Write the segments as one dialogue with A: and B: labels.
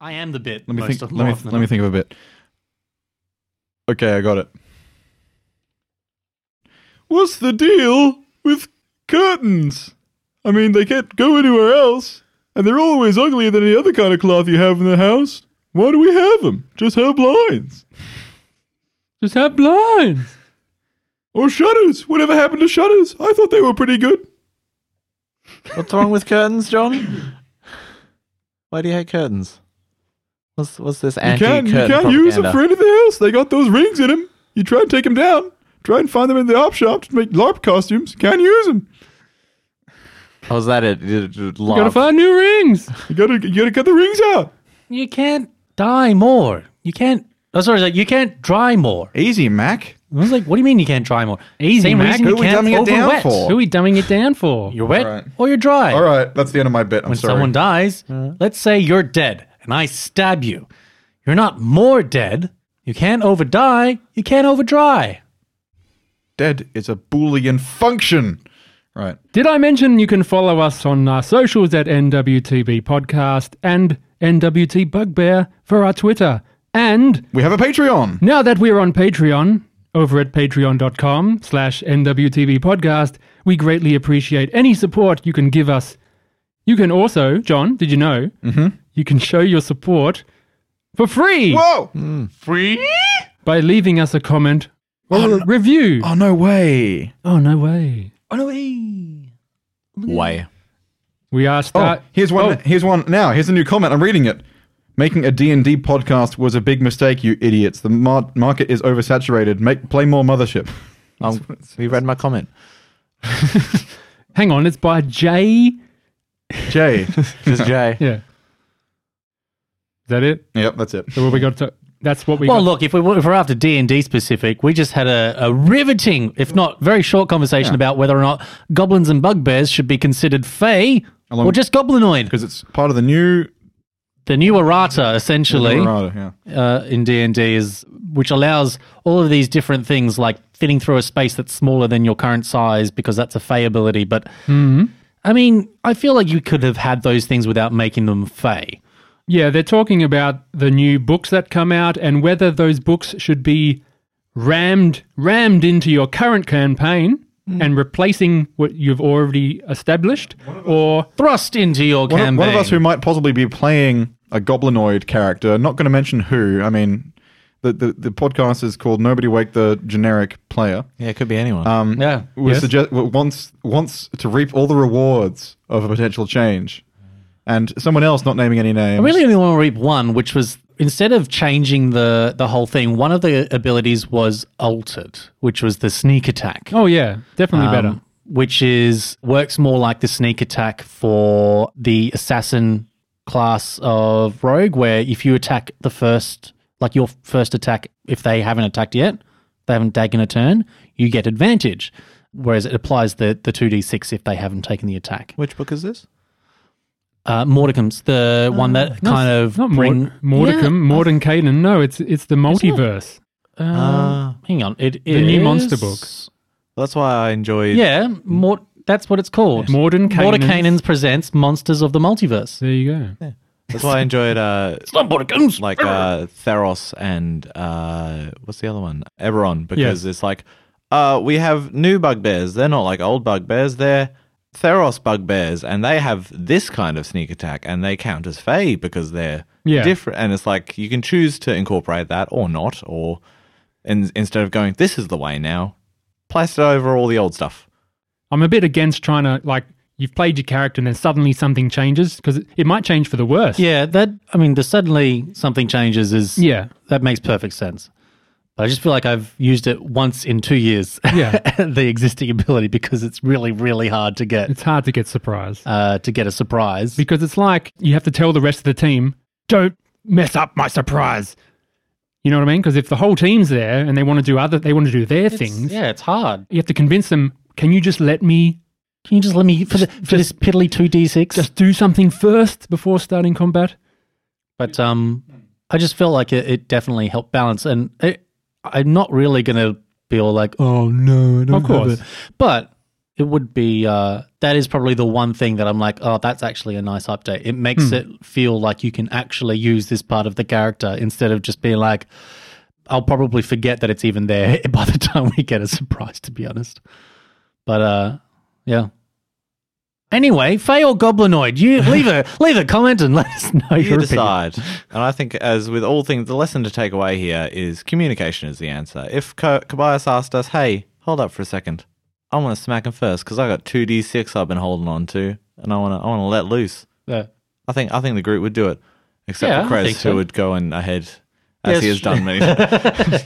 A: I am the bit.
B: Let me
A: most
B: think.
A: Of,
B: Let me
A: more often
B: let me
A: than
B: think of a bit. Okay, I got it. What's the deal with curtains? I mean, they can't go anywhere else, and they're always uglier than any other kind of cloth you have in the house. Why do we have them? Just have blinds
C: Just have blinds.
B: or shutters. Whatever happened to shutters? I thought they were pretty good.
D: What's wrong with curtains, John? Why do you hate curtains? What's what's this
B: You
D: anti
B: can't,
D: curtain
B: you can't use them
D: propaganda?
B: for anything else. They got those rings in them. You try and take them down. Try and find them in the op shop to make LARP costumes. Can't use them.
D: Oh, is that it? You- you-
C: Gotta
D: Love.
C: find new rings.
B: You gotta, you gotta cut the rings out.
A: You can't dye more. You can't. Oh, sorry, like you can't dry more.
B: Easy, Mac.
A: I was like, what do you mean you can't dry more?
C: Easy,
A: Same
C: Mac.
A: reason
C: Who
A: you
B: we
A: can't
B: dumbing it
A: over
B: down
A: wet.
B: for?
C: Who are we dumbing it down for?
A: You're wet
B: Alright.
A: or you're dry.
B: All right, that's the end of my bit. I'm
A: when
B: sorry.
A: someone dies, let's say you're dead and I stab you. You're not more dead. You can't over dye. You can't over dry.
B: Dead is a Boolean function. Right.
C: Did I mention you can follow us on our socials at NWTB Podcast and NWT Bugbear for our Twitter? And
B: We have a Patreon.
C: now that we're on Patreon, over at patreon.com slash NWTB Podcast, we greatly appreciate any support you can give us. You can also, John, did you know? Mm-hmm. You can show your support for free
B: Whoa!
C: by leaving us a comment or a review.
B: Oh, no way.
C: oh, no way.
A: Oh no! Oh, Hey.
D: Why?
C: We are
B: Oh,
C: start.
B: here's one.
C: Oh.
B: Here's one now. Here's a new comment. I'm reading it. Making a D&D podcast was a big mistake, you idiots. The mar- market is oversaturated. Make Play more Mothership.
D: Um, you read my comment.
C: Hang on, it's by Jay.
B: Jay.
D: Just Jay.
C: Yeah. Is that it?
B: yep, that's it.
C: So what we got to, that's what we
A: Well,
C: got.
A: look, if, we, if we're after D&D specific, we just had a, a riveting, if not very short conversation about whether or not goblins and bugbears should be considered fey
B: Along-
A: or just goblinoid.
B: Because it's part of the new...
A: The new errata, essentially.
B: Narada, yeah.
A: uh, in D and D is which allows all of these different things, like fitting through a space that's smaller than your current size, because that's a fey ability. But
B: Mm-hmm.
A: I mean, I feel like you could have had those things without making them fey.
C: Yeah, they're talking about the new books that come out and whether those books should be rammed rammed into your current campaign
A: Hmm.
C: and replacing what you've already established or
A: Thrust into your
B: One
A: campaign.
B: of, one of us who might possibly be playing a goblinoid character, not going to mention who. I mean, the, the, the podcast is called Nobody Wake the Generic Player.
D: Yeah, it could be anyone.
B: Um,
A: yeah.
B: Was
C: Yes.
B: suggest- wants, wants to reap all the rewards of a potential change. And someone else, not naming any names.
A: I really only want to reap one, which was instead of changing the the whole thing, one of the abilities was altered, which was the sneak attack.
C: oh yeah, definitely better.
A: um, which is works more like the sneak attack for the assassin class of rogue, where if you attack the first, like your first attack, if they haven't attacked yet, they haven't taken a turn, you get advantage. Whereas it applies the the two d six if they haven't taken the attack.
D: Which book is this?
A: Uh, Mordicum's the one that
C: No,
A: kind of
C: it's Ah, not
A: bring
C: Mord- Mordecum, Morden Caden. No, it's it's the multiverse.
A: Yeah, uh, hang on, it
C: The new monster
A: is-
C: book.
D: That's why I enjoyed.
A: Yeah, Mord. That's what it's called.
C: Morden Caden.
A: Mordekainen's presents Monsters of the Multiverse.
C: There you go.
D: That's why I enjoyed. Uh,
A: Mordecai's
D: like uh, Theros and uh, what's the other one? Eberron, because it's like uh, we have new bugbears. They're not like old bugbears. They're Theros bugbears, and they have this kind of sneak attack, and they count as Fey because they're
C: Yeah.
D: different. And it's like you can choose to incorporate that or not, or in, instead of going, this is the way now, place it over all the old stuff.
C: I'm a bit against trying to like you've played your character and then suddenly something changes because it might change for the worse.
A: Yeah, that I mean, the suddenly something changes is
C: Yeah.
A: that makes perfect sense. But I just feel like I've used it once in two years.
C: Yeah.
A: the existing ability because it's really really hard to get
C: It's hard to get surprised
A: uh, to get a surprise.
C: because it's like you have to tell the rest of the team, don't mess up my surprise. You know what I mean? Because if the whole team's there and they want to do other, they want to do their things.
A: Yeah, it's hard.
C: You have to convince them. Can you just let me
A: Can you just let me for the, for this piddly two d six?
C: just do something first before starting combat?
A: But um, I just feel like it, it definitely helped balance, and it, I'm not really gonna be all like, oh no, I don't
C: Of
A: have
C: course.
A: it." But it would be uh, that is probably the one thing that I'm like, oh, that's actually a nice update. It makes
C: Hmm.
A: it feel like you can actually use this part of the character instead of just being like, I'll probably forget that it's even there by the time we get a surprise. To be honest, but uh, yeah. Anyway, Fey or Goblinoid, you leave a leave a comment and let us know
D: You
A: your opinion.
D: decide. and I think, as with all things, the lesson to take away here is communication is the answer. If Ko- Kobayas asked us, hey, hold up for a second. I want to smack him first because I got 2d6 I've been holding on to and I want to I want to let loose.
A: Yeah.
D: I think I think the group would do it, except
A: Yeah,
D: for
A: I
D: Krez,
A: think so.
D: who would go in ahead,
A: Yes.
D: as he has done many, times.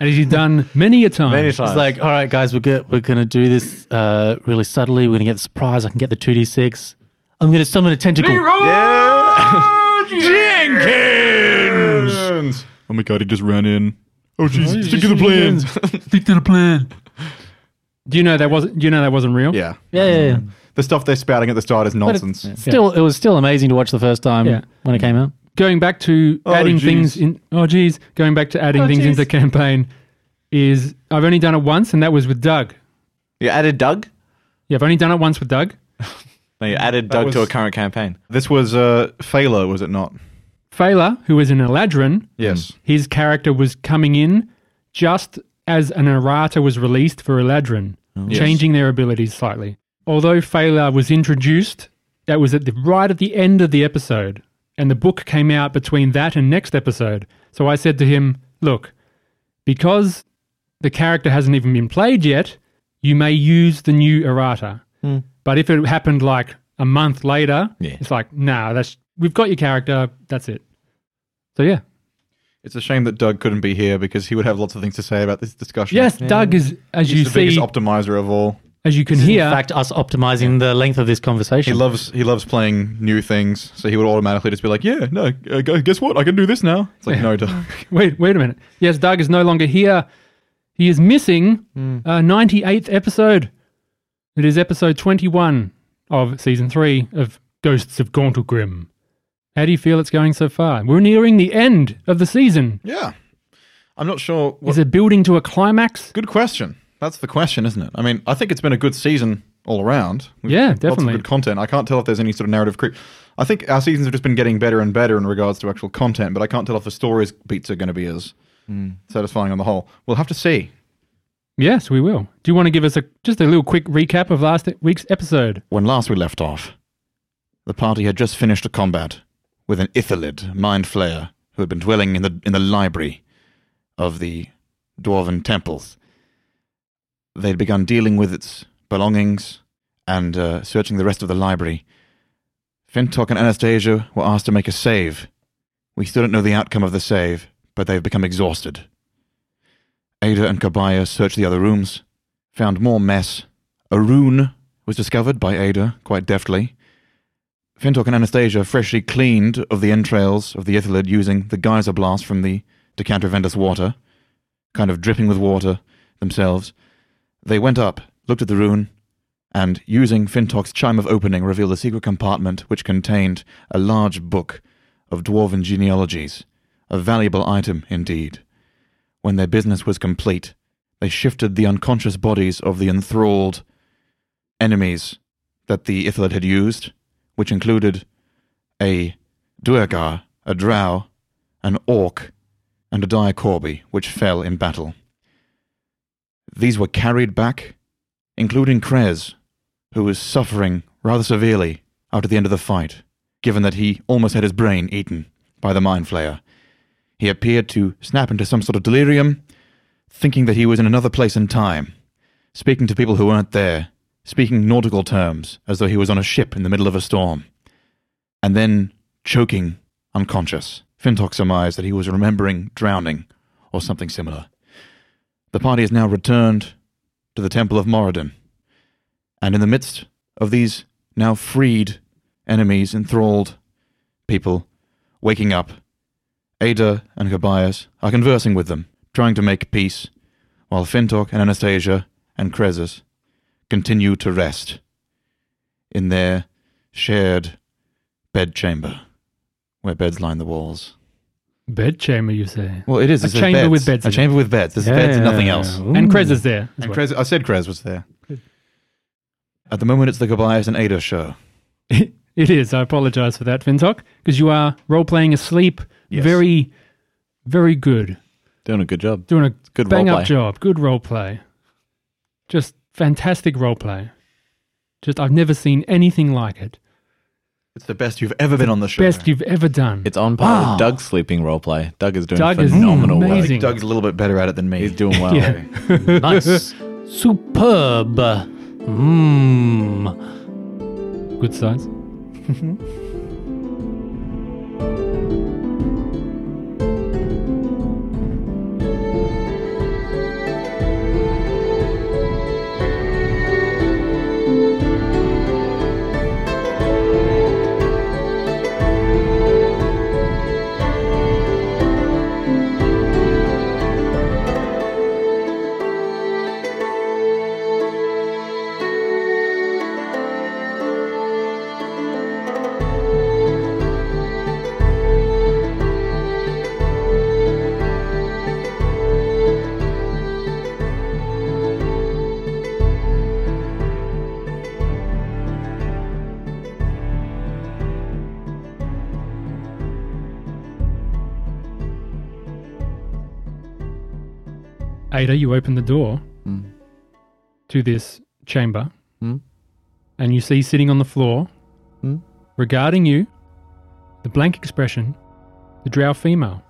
C: And as you've done many a time.
D: many times.
A: It's like, all right, guys, we're good. We're gonna do this uh, really subtly. We're gonna get the surprise. I can get the two d six. I'm gonna summon a tentacle. Oh,
E: Jenkins! Oh my god, he just ran in. Oh jeez, stick to the plan.
C: Stick to the plan. Do you know that wasn't? Do you know that wasn't real?
B: Yeah.
A: Yeah, yeah, yeah.
B: The stuff they're spouting at the start is
A: But
B: nonsense.
A: it's still, it was still amazing to watch the first time
C: Yeah.
A: when it came out.
C: Going back to adding things in. Oh, geez. Going back to adding things into the campaign is I've only done it once, and that was with Doug.
D: you added Doug?
C: Yeah, I've only done it once with Doug.
D: No, you added Doug to a
B: was-
D: current campaign.
B: This was uh, Phaela, was it not? Hmm.
C: Fela, who is an Eladrin,
B: Yes.
C: his character was coming in just as an errata was released for Eladrin, changing their abilities slightly. Although Fela was introduced, that was at the right at the end of the episode, and the book came out between that and next episode. So I said to him, "Look, because the character hasn't even been played yet, you may use the new errata. But if it happened like a month later,
D: Yeah.
C: it's like, nah, that's we've got your character, that's it. So yeah.
B: It's a shame that Doug couldn't be here because he would have lots of things to say about this discussion.
C: Yes, Doug is as
B: He's
C: you
B: the biggest
C: see
B: optimizer of all.
C: as you can
A: In
C: hear
A: fact, us optimizing the length of this
B: He
A: conversation.
B: loves he loves playing new things, so he would automatically just be like, "Yeah, no, uh, gu- guess what? I can do this now." It's like, "No, Doug,
C: wait wait a minute. Yes, Doug is no longer here. He is missing
B: Hmm.
C: uh, 98th episode. It is episode 21 of season 3 of Ghosts of Gauntlegrim. How do you feel it's going so far? We're nearing the end of the season.
B: yeah." I'm not sure. What,
C: Is it building to a climax?
B: Good question. That's the question, isn't it? I mean, I think it's been a good season all around. We've
C: Yeah,
B: got Lots
C: definitely.
B: of good content. I can't tell if there's any sort of narrative creep. I think our seasons have just been getting better and better in regards to actual content, but I can't tell if the stories beats are going to be as satisfying on the whole. We'll have to see.
C: Yes, we will. Do you want to give us a just a little quick recap of last week's episode?
B: When last we left off, the party had just finished a combat with an Ithalid mind flayer who had been dwelling in the in the library of the dwarven temples. They'd begun dealing with its belongings and uh, searching the rest of the library. Fintok and Anastasia were asked to make a save. We still don't know the outcome of the save, but they've become exhausted. Ada and Kabaya searched the other rooms, found more mess. A rune was discovered by Ada quite deftly. Fintok and Anastasia freshly cleaned of the entrails of the Ithalid using the geyser blast from the decanter vendus water, kind of dripping with water themselves. They went up, looked at the rune, and using Fintok's chime of opening, revealed a secret compartment which contained a large book of dwarven genealogies, a valuable item indeed. When their business was complete, they shifted the unconscious bodies of the enthralled enemies that the Ithalid had used, which included a Duergar, a Drow, an Orc, and a Diacorby, which fell in battle. These were carried back, including Krez, who was suffering rather severely out at the end of the fight, given that he almost had his brain eaten by the Mind Flayer. He appeared to snap into some sort of delirium, thinking that he was in another place and time, speaking to people who weren't there, speaking nautical terms as though he was on a ship in the middle of a storm, and then choking unconscious. Fintok surmised that he was remembering drowning or something similar. The party has now returned to the Temple of Moradin, and in the midst of these now freed enemies, enthralled people, waking up, Ada and Gabias are conversing with them, trying to make peace, while Fintok and Anastasia and Cresus continue to rest in their shared bedchamber, where beds line the walls.
C: Bedchamber, you say?
B: Well, it is
C: A
B: it's- there's
C: chamber with beds in
B: A
C: it.
B: chamber with beds. There's beds and nothing else.
A: Ooh.
C: And Krez is there. as
B: And
C: well.
B: Krez, I said Krez was there. At the moment, it's the Gobias and Ada show.
C: It is. I apologize for that, Vintok, because you are role playing asleep. Very, very good.
D: Doing a good job.
C: Doing a
D: Good
C: bang
D: role
C: up
D: play.
C: job. Good role play. Just fantastic role play. Just, I've never seen anything like it.
B: It's the best you've ever been on the show.
C: Best you've ever done.
D: It's on par with Doug's sleeping roleplay. Doug is doing
C: Doug is
D: phenomenal work.
C: amazing.
B: Doug's a little bit better at it than me.
D: He's doing well.
C: Yeah.
A: Nice. Superb. Mmm.
C: Good size. Ada, you open the door to this chamber
D: Mm.
C: and you see sitting on the floor,
D: Mm.
C: regarding you, the blank expression, the drow female.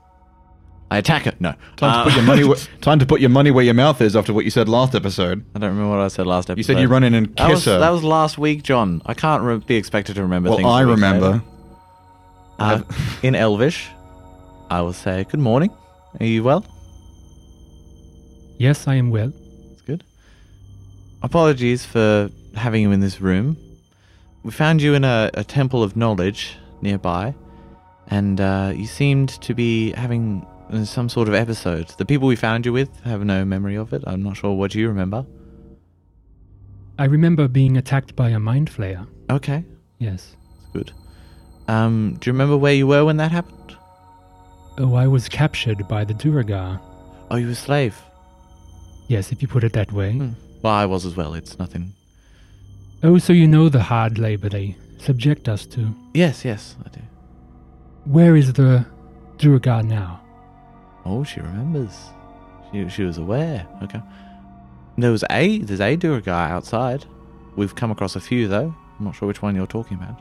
D: I attack it. No.
B: Time, to put
D: Uh,
B: your money wh- time to put your money where your mouth is after what you said last episode.
D: I don't remember what I said last episode.
B: You said you run in and
D: That was,
B: kiss her.
D: that was last week, John. I can't re- be expected to remember
B: well,
D: things.
B: I
D: a week
B: remember.
D: later. Uh, in Elvish, I will say, Good morning. Are you well?
C: Yes, I am well.
D: That's good. Apologies for having you in this room. We found you in a, a temple of knowledge nearby, and uh, you seemed to be having uh, some sort of episode. The people we found you with have no memory of it. I'm not sure what you remember.
C: I remember being attacked by a mind flayer.
D: Okay,
C: Yes.
D: that's good. Um, do you remember where you were when that happened?
C: Oh, I was captured by the Duragar.
D: Oh, you were a slave.
C: Yes, if you put it that way.
D: Hmm. Well, I was as well. It's nothing.
C: Oh, so you know the hard labor they subject us to.
D: Yes, yes, I do.
C: Where is the Duragar now?
D: Oh, she remembers. She, she was aware. Okay. There was a there's a Dura guy outside. We've come across a few though. I'm not sure which one you're talking about.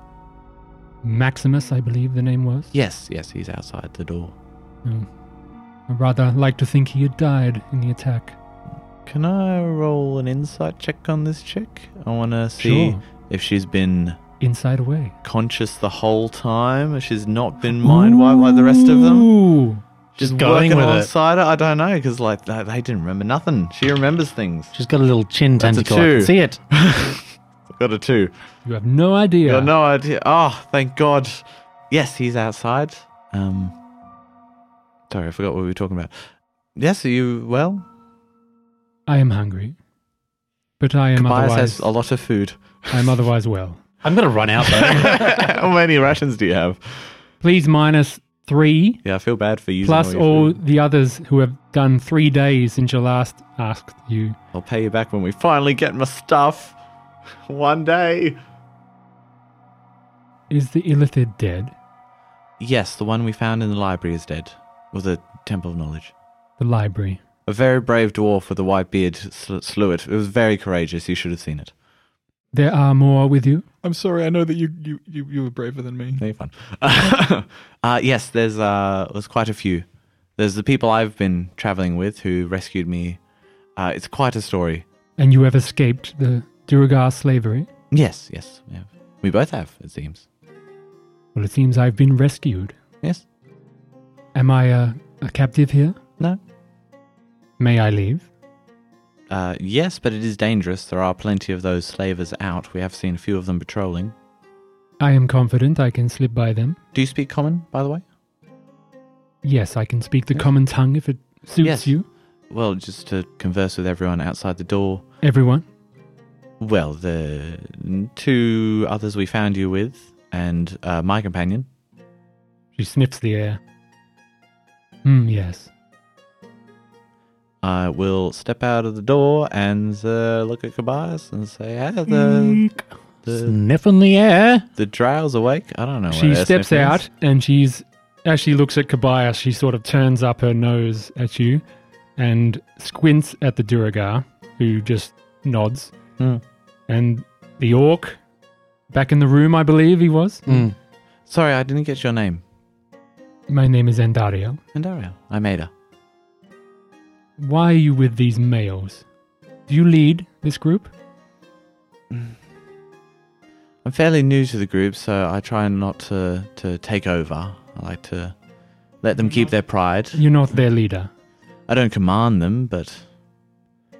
C: Maximus, I believe the name was.
D: Yes, yes, he's outside the door.
C: Oh. I rather like to think he had died in the attack.
D: Can I roll an insight check on this chick? I want to see
C: Sure.
D: if she's been
C: Inside away.
D: conscious the whole time. If she's not been mind wiped by the rest of them.
C: Ooh.
A: Just going
D: working
A: with it.
D: alongside her. I don't know because like they they didn't remember nothing. She remembers things.
A: She's got a little chin
D: That's a
A: tentacle. I can
D: two.
A: see it.
D: Got a two.
C: You have no idea.
D: Got no idea. Oh, thank God. Yes, he's outside. Um, sorry, I forgot what we were talking about. Yes, are you well?
C: I am hungry. But I am
D: Bias
C: otherwise
D: has a lot of food.
C: I am otherwise well.
A: I'm gonna run out though.
D: How many rations do you have?
C: Please minus three
D: Yeah, I feel bad for using all.
C: plus
D: your
C: all
D: food.
C: the others who have done three days since you last asked you.
D: I'll pay you back when we finally get my stuff. One day.
C: Is the Illithid dead?
D: Yes, the one we found in the library is dead, or the Temple of Knowledge.
C: The library.
D: A very brave dwarf with a white beard sl- slew it. It was very courageous. You should have seen it.
C: There are more with you?
E: I'm sorry. I know that you you you, you were braver than me.
D: Very fun. uh, yes, there's uh, there's quite a few. There's the people I've been traveling with who rescued me. Uh, it's quite a story.
C: And you have escaped the Duragar slavery?
D: Yes, yes, we have. We both have, it seems.
C: Well, it seems I've been rescued.
D: Yes.
C: Am I a, a captive here?
D: No.
C: May I leave?
D: Uh, yes, but it is dangerous. There are plenty of those slavers out. We have seen a few of them patrolling.
C: I am confident I can slip by them.
D: Do you speak common, by the way?
C: Yes, I can speak the common tongue if it suits
D: Yes.
C: you.
D: Well, just to converse with everyone outside the door.
C: Everyone.
D: Well, the two others we found you with, and uh, my companion.
C: She sniffs the air. Hmm, yes.
D: I uh, will step out of the door and uh, look at Kobayas and say, hey, the, the,
A: Sniff in the air.
D: the drows awake. I don't know. what
C: She
D: their
C: steps
D: sniff
C: out
D: is.
C: and she's as she looks at Kabaya, she sort of turns up her nose at you and squints at the Duragar, who just nods.
D: Hmm.
C: And the orc, back in the room, I believe he was.
A: Mm.
D: Sorry, I didn't get your name.
C: My name is Andario.
D: Andaria. I made her.
C: Why are you with these males? Do you lead this group?
D: I'm fairly new to the group, so I try not to, to take over. I like to let them keep their pride.
C: You're not their leader.
D: I don't command them, but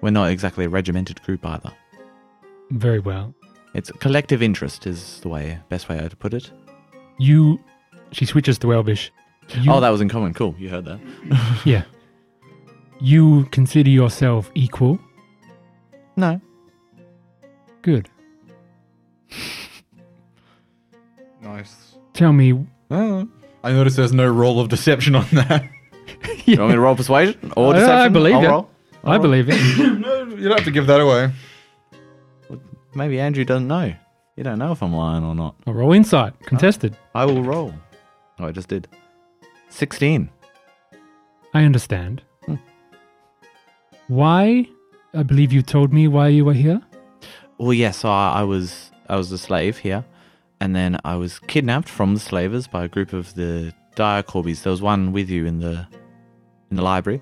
D: we're not exactly a regimented group either.
C: Very well.
D: It's collective interest is the way best way to put it.
C: You. She switches to Elvish. You,
D: Oh, that was in common. Cool, you heard that.
C: Yeah. You consider yourself equal?
D: No,
C: Good.
B: Nice.
C: Tell me,
B: Oh. I notice there's no roll of deception on that.
D: you want me to roll persuasion or
C: I- I
D: deception?
C: believe
D: I'll
C: it.
D: roll.
C: I believe it.
B: no, you don't have to give that away.
D: Maybe Andrew doesn't know. You don't know if I'm lying or not.
C: I'll roll insight. Contested.
D: I will roll. Oh, I just did. Sixteen.
C: I understand.
D: Hmm.
C: Why? I believe you told me why you were here.
D: Well, yeah. So I, I was I was a slave here, and then I was kidnapped from the slavers by a group of the Dire Corbies. There was one with you in the in the library,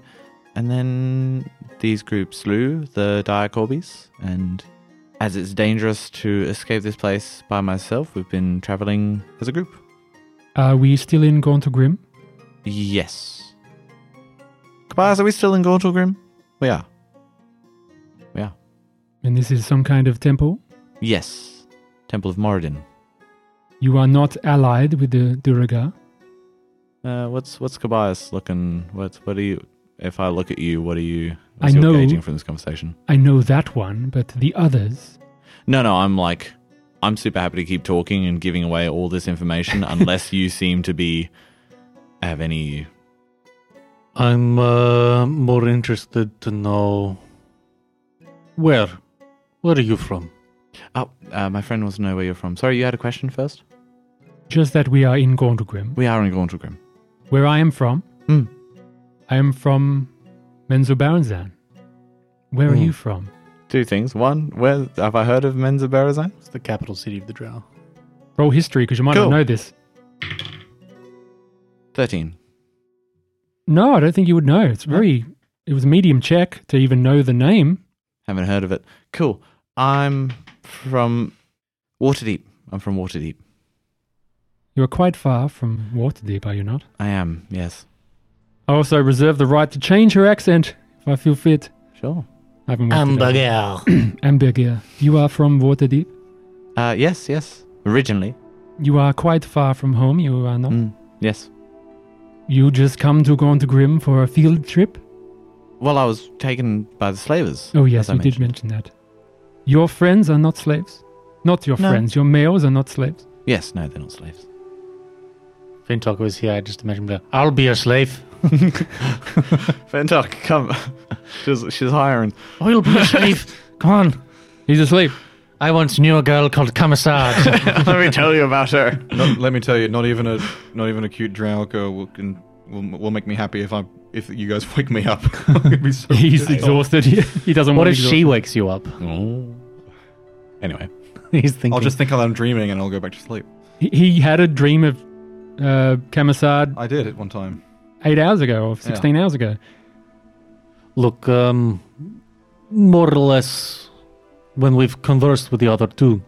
D: and then these groups slew the Dire Corbies. And as it's dangerous to escape this place by myself, we've been traveling as a group.
C: Are we still in Gauntlegrim?
D: Yes. Kabaz, are we still in Gortalgrim? We are.
C: And this is some kind of temple?
D: Yes. Temple of Moradin.
C: You are not allied with the Duragar.
D: Uh, what's what's Kobayas looking? What what are you? If I look at you, what are you?
C: I
D: what's your
C: know-
D: gauging from this conversation.
C: I know that one, but the others.
D: No, no, I'm like, I'm super happy to keep talking and giving away all this information unless you seem to be have any.
A: I'm uh, more interested to know where. Where are you from?
D: Oh, uh, my friend wants to know where you're from. Sorry, you had a question first.
C: Just that we are in Gauntlegrim.
D: We are in Gauntlegrim.
C: Where I am from,
D: Hmm.
C: I am from Menzoberranzan. Where are
D: Hmm.
C: you from?
D: Two things. One, where have I heard of Menza Berazan?
A: It's the capital city of the Drow.
C: Roll history, because you might
D: Cool.
C: not know this.
D: Thirteen.
C: No, I don't think you would know. It's very. It was a medium check to even know the name.
D: Haven't heard of it. Cool. I'm from Waterdeep. I'm from Waterdeep.
C: You are quite far from Waterdeep, are you not?
D: I am. Yes.
C: I also reserve the right to change her accent if I feel fit.
D: Sure.
C: I haven't worked it out. Amberger. You are from Waterdeep.
D: Uh, yes, yes. Originally,
C: You are quite far from home, you are not.
D: Mm, yes.
C: You just come to Gauntlegrim for a field trip?
D: Well, I was taken by the slavers.
C: Oh, yes,
D: as I
C: you did
D: mentioned.
C: mention that. Your friends are not slaves. Not your
D: No.
C: friends. Your males are not slaves.
D: Yes, no, they're not slaves.
A: Fintok was here. I just imagine him go, I'll be your slave.
D: Fentok, come. she's, she's hiring.
A: I'll be your slave. Come on.
C: He's asleep.
A: I once knew a girl called Commissar.
D: Let me tell you about her.
B: Not, let me tell you, not even a not even a cute drow girl will, can, will will make me happy if I if you guys wake me up. I'm gonna be so
C: He's
B: pissed off.
C: exhausted. He, he doesn't
A: what
C: want
A: if
C: to
A: she wakes you up?
B: Anyway,
A: He's thinking.
B: I'll just think I'm dreaming and I'll go back to sleep.
C: He, he had a dream of uh, Camisard
B: I did at one time.
C: eight hours ago or 16 hours ago.
A: Look, um, more or less, when we've conversed with the other two,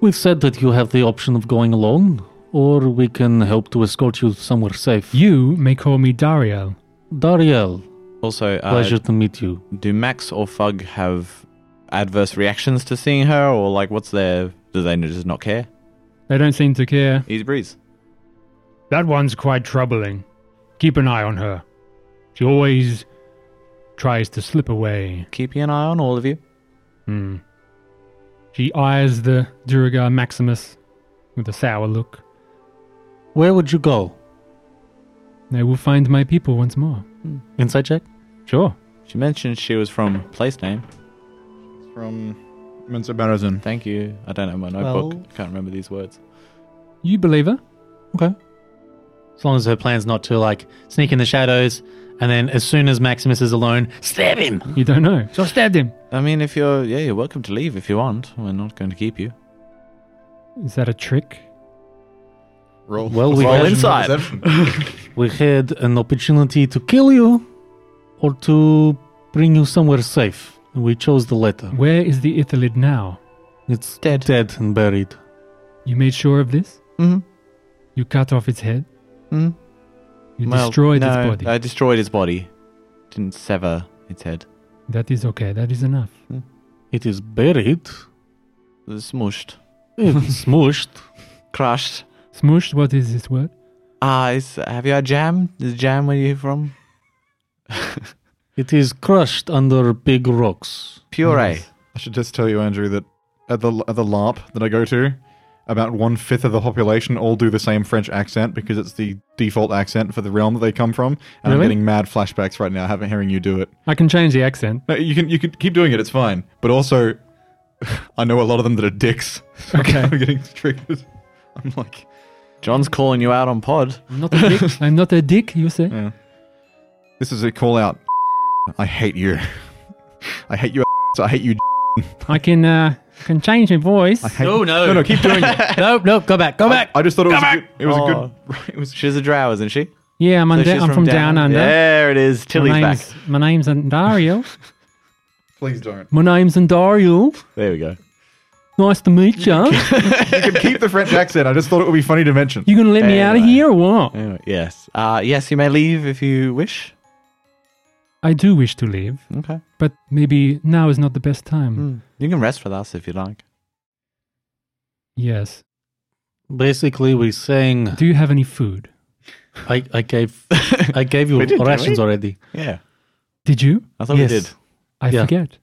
A: we've said that you have the option of going alone, or we can help to escort you somewhere safe.
C: You may call me Dario.
A: Dariel,
D: Also, uh,
A: pleasure to meet you.
D: do Max or Fug have adverse reactions to seeing her, or like, what's their? Do they just not care?
C: They don't seem to care.
D: Easy breeze.
C: That one's quite troubling. Keep an eye on her. She always tries to slip away.
D: Keep an eye on all of you.
C: Hmm. She eyes the Duragar Maximus with a sour look.
A: Where would you go?
C: They will find my people once more.
A: Inside check?
C: Sure.
D: She mentioned she was from place name.
B: From Mensa Barazin.
D: Thank you. I don't have my notebook.
A: Well-
D: Can't remember these words.
C: You believe her?
A: As long as her plan's not to like sneak in the shadows, and then as soon as Maximus is alone, stab him.
C: You don't know. So I stabbed him.
D: I mean, if you're yeah, you're welcome to leave if you want. We're not going to keep you.
C: Is that a trick?
B: Roll.
A: Well, we
D: Roll
A: had,
D: inside.
A: we had an opportunity to kill you, or to bring you somewhere safe. And we chose the latter.
C: Where is the Ithalid now?
A: It's dead, dead and buried.
C: You made sure of this?
D: Mm-hmm.
C: You cut off its head?
D: Mm.
C: You destroyed
D: no,
C: its body.
D: I destroyed his body. Didn't sever its head.
C: That is okay. That is enough.
A: It is buried.
D: Smushed.
A: It's smushed.
D: Crushed.
C: Smooshed, what is this word?
D: Ah, it's, have you had jam? Is jam where you from?
A: It is crushed under big rocks.
D: Puree.
B: I should just tell you, Andrew, that at the at the LARP that I go to, about one fifth of the population all do the same French accent because it's the default accent for the realm that they come from. And
C: Really?
B: I'm getting mad flashbacks right now, having hearing you do it.
C: I can change the accent.
B: No, you can you can keep doing it. It's fine. But also, I know a lot of them that are dicks. so
C: Okay.
B: I'm getting triggered. I'm like,
D: John's calling you out on pod.
C: I'm not a dick. I'm not a dick, you say?
B: yeah. This is a call out. I hate you. I hate you. I hate you.
C: I can uh, can change my voice.
B: I hate
A: no.
B: Oh, No, no, keep doing it.
A: nope, nope. Go back. Go back.
B: I just thought it was a good, it was
D: Oh.
B: a good. It was
D: She's a drow, isn't she?
C: yeah, I'm,
D: So
C: under,
D: she's
C: I'm from, down, under.
D: There it is. Tilly's
C: my
D: back.
C: name's, my name's Andario.
B: Please don't.
C: my name's Andario.
D: There we go.
C: Nice to meet ya.
B: You can keep the French accent. I just thought it would be funny to mention.
C: You gonna let me out of
D: Anyway.
C: here or what?
D: Anyway, yes. Uh, yes, you may leave if you wish.
C: I do wish to leave,
D: Okay.
C: but maybe now is not the best time.
D: You can rest with us if you like.
C: Yes.
A: Basically, we're saying
C: Do you have any food?
A: I, I gave I gave you
D: We did, didn't
A: rations
D: we?
A: already.
D: Yeah.
C: Did you?
D: I thought
A: Yes.
D: we did.
C: I
A: Yeah.
C: forget.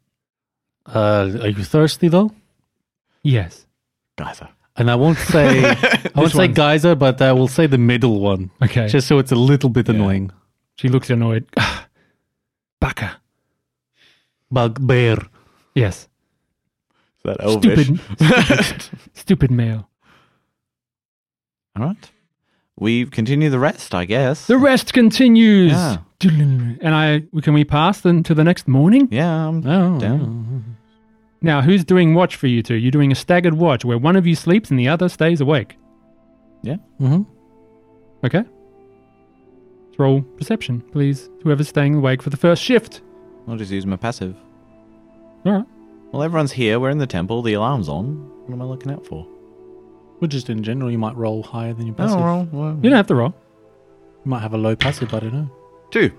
A: Uh, are you thirsty though?
C: Yes.
D: Geyser.
A: And I won't say I won't say
C: one's-
A: geyser, but I will say the middle one,
C: Okay.
A: just so it's a little bit annoying.
C: she looks annoyed.
D: Ah,
C: Baka.
A: Bugbear.
C: Yes.
D: Is that Elvish?
C: Stupid. stupid. Stupid male.
D: All right. We continue the rest, I guess.
C: The rest continues.
D: Yeah.
C: And I can we pass then to the next morning?
D: yeah. um, I'm
A: Oh,
D: Damn.
C: Now, who's doing watch for you two? You're doing a staggered watch where one of you sleeps and the other stays awake.
A: hmm
C: Okay. Let's Roll perception, please. Whoever's staying awake for the first shift.
D: I'll just use my passive.
C: All right.
D: Well, everyone's here. We're in the temple. The alarm's on. What am I looking out for?
C: Oh,
A: Well, just in general, you might roll higher than your passive.
D: well, well,
C: You don't have to roll.
A: You might have a low passive. I don't know.
D: Two.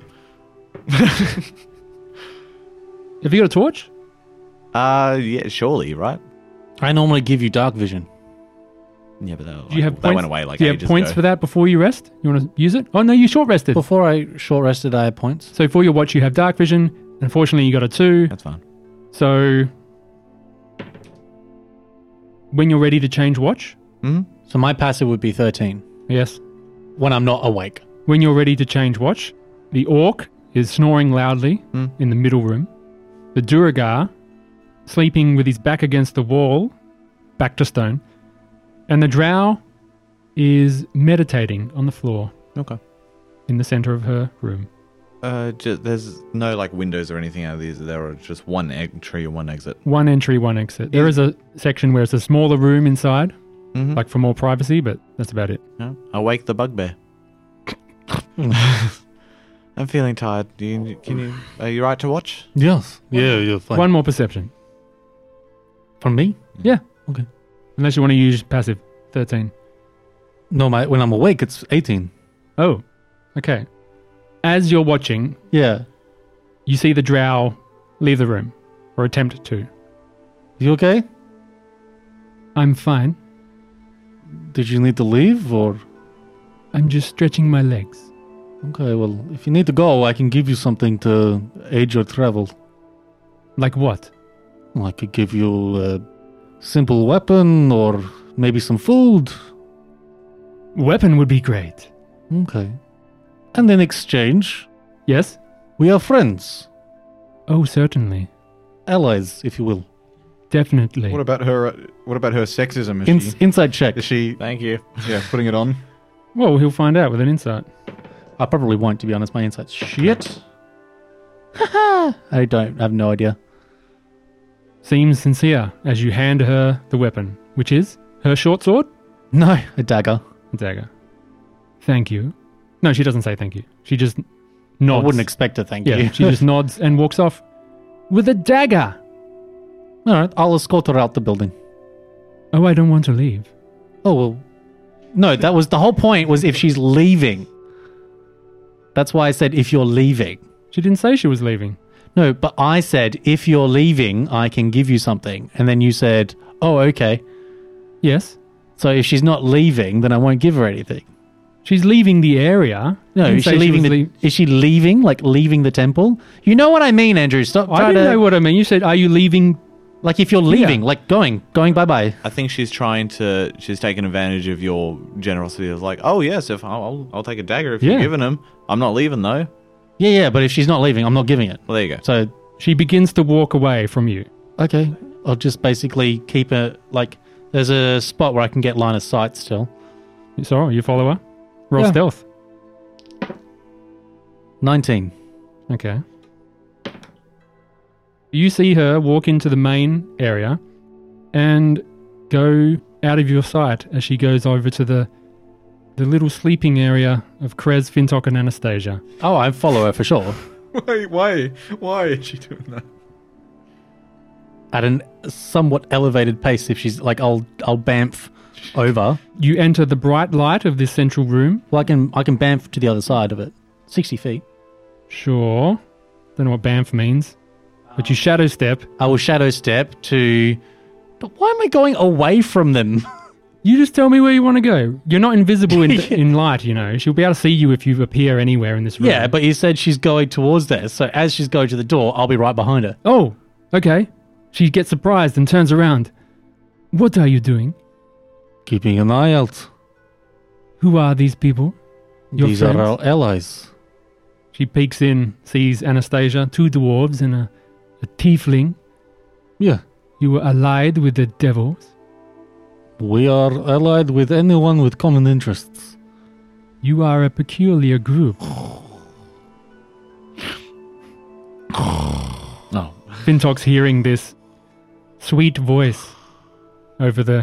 C: Have you got a torch?
D: Uh, yeah, surely, right?
A: I normally give you dark vision.
D: Yeah, but that, like,
C: Do you have
D: that
C: points?
D: went away like
C: Do you have
D: ages
C: points
D: ago.
C: for that before you rest? You want to use it? Oh no, you short rested.
A: Before I short rested, I had points.
C: So for your watch, you have dark vision. Unfortunately, you got a two.
D: That's fine.
C: So when you're ready to change watch,
A: So my passive would be 13
C: yes.
A: when I'm not awake.
C: When you're ready to change watch, the orc is snoring loudly
D: Hmm.
C: in the middle room. The Duragar, sleeping with his back against the wall, back to stone. And the drow is meditating on the floor
D: Okay.
C: in the center of her room.
D: Uh, ju- there's no like windows or anything out of these. There are just one entry and one exit.
C: One entry, one exit. There is a section where it's a smaller room inside,
D: Mhm.
C: like for more privacy, but that's about it.
D: Yeah. Awake the bugbear. I'm feeling tired. Do you, can you? Are you right to watch?
A: Yes. Yeah, you're fine.
C: One more perception.
A: From me?
C: Yeah.
A: Okay.
C: Unless you want to use passive. 13.
A: No, my, when I'm awake, it's 18.
C: Oh, okay. As you're watching,
A: Yeah.
C: you see the drow leave the room or attempt to.
A: You okay?
C: I'm fine.
A: Did you need to leave or?
C: I'm just stretching my legs.
A: Okay, well, if you need to go, I can give you something to aid your travel.
C: Like what?
A: I could give you a simple weapon or maybe some food.
C: Weapon would be great.
A: Okay. And in exchange,
C: Yes?
A: we are friends.
C: Oh, certainly.
A: Allies, if you will.
C: Definitely.
B: What about her? uh, What about her sexism? Is
A: Ins-
B: she?
A: inside check.
B: Is she?
D: Thank you.
B: Yeah, putting it on.
C: well, he'll find out with an insight.
A: I probably won't, to be honest. My insight's shit. I don't I have no idea.
C: Seems sincere as you hand her the weapon, which is her short sword?
A: No, a dagger.
C: Dagger. Thank you. No, she doesn't say thank you. She just nods.
A: I wouldn't expect it, thank
C: Yeah,
A: you.
C: she just nods and walks off with a dagger.
A: All right, I'll escort her out the building.
C: Oh, I don't want to leave.
A: Oh well. No, that was the whole point was if she's leaving. That's why I said if you're leaving.
C: She didn't say she was leaving.
A: No, but I said if you're leaving, I can give you something. And then you said, "Oh, okay."
C: Yes,
A: So if she's not leaving, then I won't give her anything.
C: she's leaving the area.
A: No,
C: Didn't
A: is
C: say
A: she leaving
C: was
A: the
C: leav-
A: is she leaving like leaving the temple? You know what I mean, Andrew. Stop
C: I
A: trying
C: didn't
A: to
C: know what I mean. You said, "Are you leaving?"
A: like if you're leaving, like going, going bye-bye.
D: I think she's trying to. She's taken advantage of your generosity. Of like, oh yes, if I'll, I'll, I'll take a dagger if
C: Yeah.
D: you're giving him. I'm not leaving though.
A: Yeah, yeah, but if she's not leaving, I'm not giving it.
D: Well, there you go.
A: So,
C: She begins to walk away from you.
A: okay, I'll just basically keep it like there's a spot where I can get line of sight still.
C: So you follow her. Roll
A: Yeah.
C: stealth.
A: 19.
C: Okay. You see her walk into the main area and go out of your sight as she goes over to the the little sleeping area of Krez, Fintok, and Anastasia.
A: Oh, I follow her for sure.
B: Why? Why? Why is she doing that?
A: At an somewhat elevated pace if she's like I'll I'll bamf over.
C: You enter the bright light of this central room.
A: Well, I can I can bamf to the other side of it. 60 feet.
C: Sure. Don't know what Banff means. But you shadow step.
A: I will shadow step to but why am I going away from them?
C: You just tell me where you want to go. You're not invisible in, in light, you know. She'll be able to see you if you appear anywhere in this room.
A: yeah, but you said she's going towards there. So as she's going to the door, I'll be right behind her.
C: Oh, okay. She gets surprised and turns around. What are you doing?
A: Keeping an eye out.
C: Who are these people? Your
A: These
C: friends?
A: are our allies.
C: She peeks in, sees Anastasia, two dwarves, and a, a tiefling.
A: Yeah.
C: You were allied with the devils.
A: We are allied with anyone with common interests.
C: You are a peculiar group.
A: No.
C: Fintok's hearing this sweet voice over the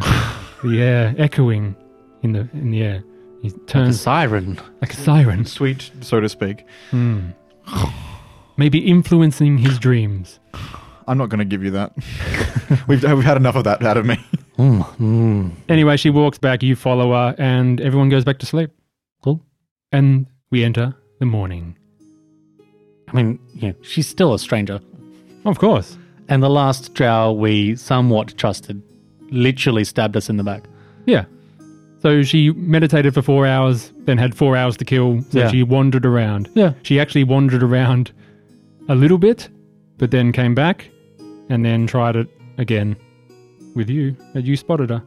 C: the air, echoing in the in the air. He
A: The
C: turns
A: siren.
C: like a siren,
B: Sweet, so to speak.
C: maybe influencing his dreams.
B: I'm not going to give you that. we've we've had enough of that out of me.
A: Mm,
C: Anyway, she walks back. You follow her, and everyone goes back to sleep.
A: Cool.
C: And we enter the morning.
A: I mean, yeah, she's still a stranger.
C: Of course.
A: And the last drow we somewhat trusted literally stabbed us in the back.
C: Yeah. So she meditated for four hours, then had four hours to kill. So
A: Yeah.
C: she wandered around.
A: Yeah.
C: She actually wandered around a little bit, but then came back and then tried it again with you. And you spotted her.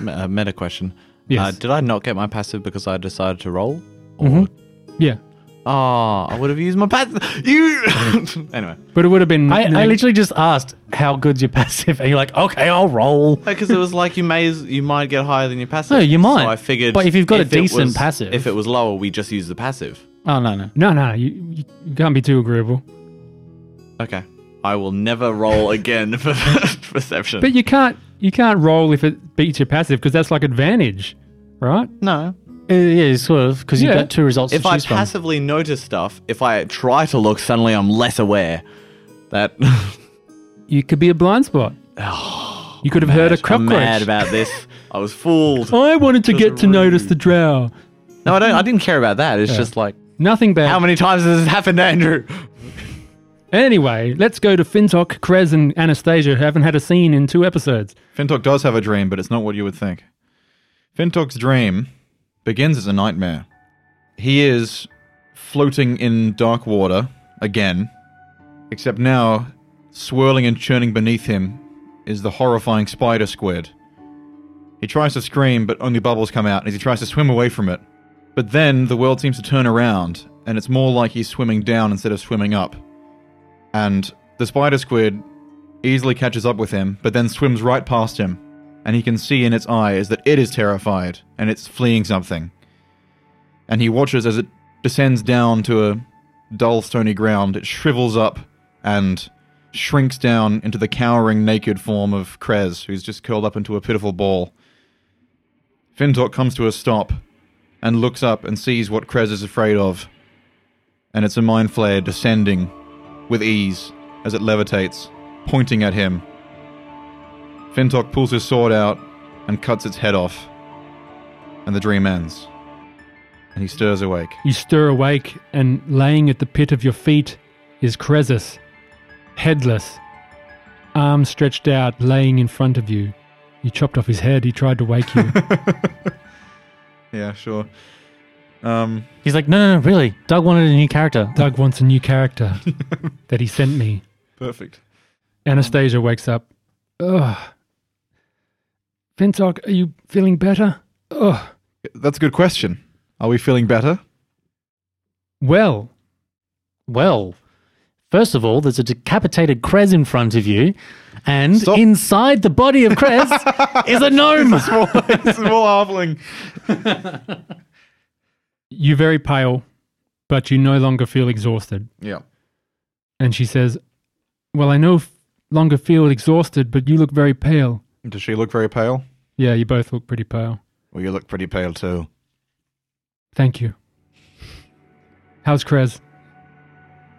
D: Me- uh, meta question.
C: Yes.
D: Uh, did I not get my passive because I decided to roll? Or,
A: Mm-hmm.
C: Yeah.
D: Ah, I would have used my passive. You. anyway,
C: But it would have been.
A: I, I
C: like-
A: literally just asked how good's your passive, and you're like, okay, I'll roll.
D: because it was like you may as- you might get higher than your passive.
A: No, you might.
D: So I figured,
A: But if you've got a
D: it
A: decent
D: was-
A: passive-
D: if it was lower, we just use the passive.
A: Oh no no.
C: no, no, you, you can't be too agreeable.
D: Okay, I will never roll again for perception.
C: But you can't. You can't roll if it beats your passive because that's like advantage, right?
D: no,
A: Uh, yeah, sort of because
C: Yeah.
A: you've got two results
D: if
A: to
D: I
A: choose from.
D: passively notice stuff, if I try to look, suddenly I'm less aware. That
C: You could be a blind spot. you could have heard a
D: I'm mad
C: cockroach.
D: about this. I was fooled.
C: I wanted to get to notice the drow.
D: No, I don't. I didn't care about that. It's just like
C: Nothing bad.
D: how many times has this happened, Andrew?
C: Anyway, let's go to Fintok, Krez, and Anastasia, who haven't had a scene in two episodes.
B: Fintok does have a dream, but it's not what you would think. Fintok's dream begins as a nightmare. He is floating in dark water again, except now, swirling and churning beneath him, is the horrifying spider squid. He tries to scream, but only bubbles come out as he tries to swim away from it. But then the world seems to turn around, and it's more like he's swimming down instead of swimming up. and the spider squid easily catches up with him, but then swims right past him, and he can see in its eyes that it is terrified and it's fleeing something. And he watches as it descends down to a dull, stony ground. It shrivels up and shrinks down into the cowering, naked form of Krez, who's just curled up into a pitiful ball. Fintok comes to a stop and looks up and sees what Krez is afraid of. And it's a mind flare descending with ease as it levitates, pointing at him. Fintok pulls his sword out and cuts its head off. And the dream ends. And he stirs awake.
C: You stir awake, and laying at the pit of your feet is Cresus, headless, arms stretched out, laying in front of you. You chopped off his head, he tried to wake you.
B: Yeah, sure. Um,
A: He's like, no, no, no, really. Doug wanted a new character.
C: Doug wants a new character that he sent me.
B: perfect.
C: Anastasia wakes up. Ugh. Fintok, are you feeling better? Ugh.
B: That's a good question. Are we feeling better?
C: Well,
A: Well, first of all, there's a decapitated Krez in front of you, and
B: Stop.
A: inside the body of Krez is a gnome.
B: it's all halfling.
C: you're very pale, but you no longer feel exhausted.
B: Yeah.
C: And she says, Well, I no f- longer feel exhausted, but you look very pale.
B: Does she look very pale?
C: Yeah, you both look pretty pale.
B: Well, you look pretty pale too.
C: Thank you. How's Krez?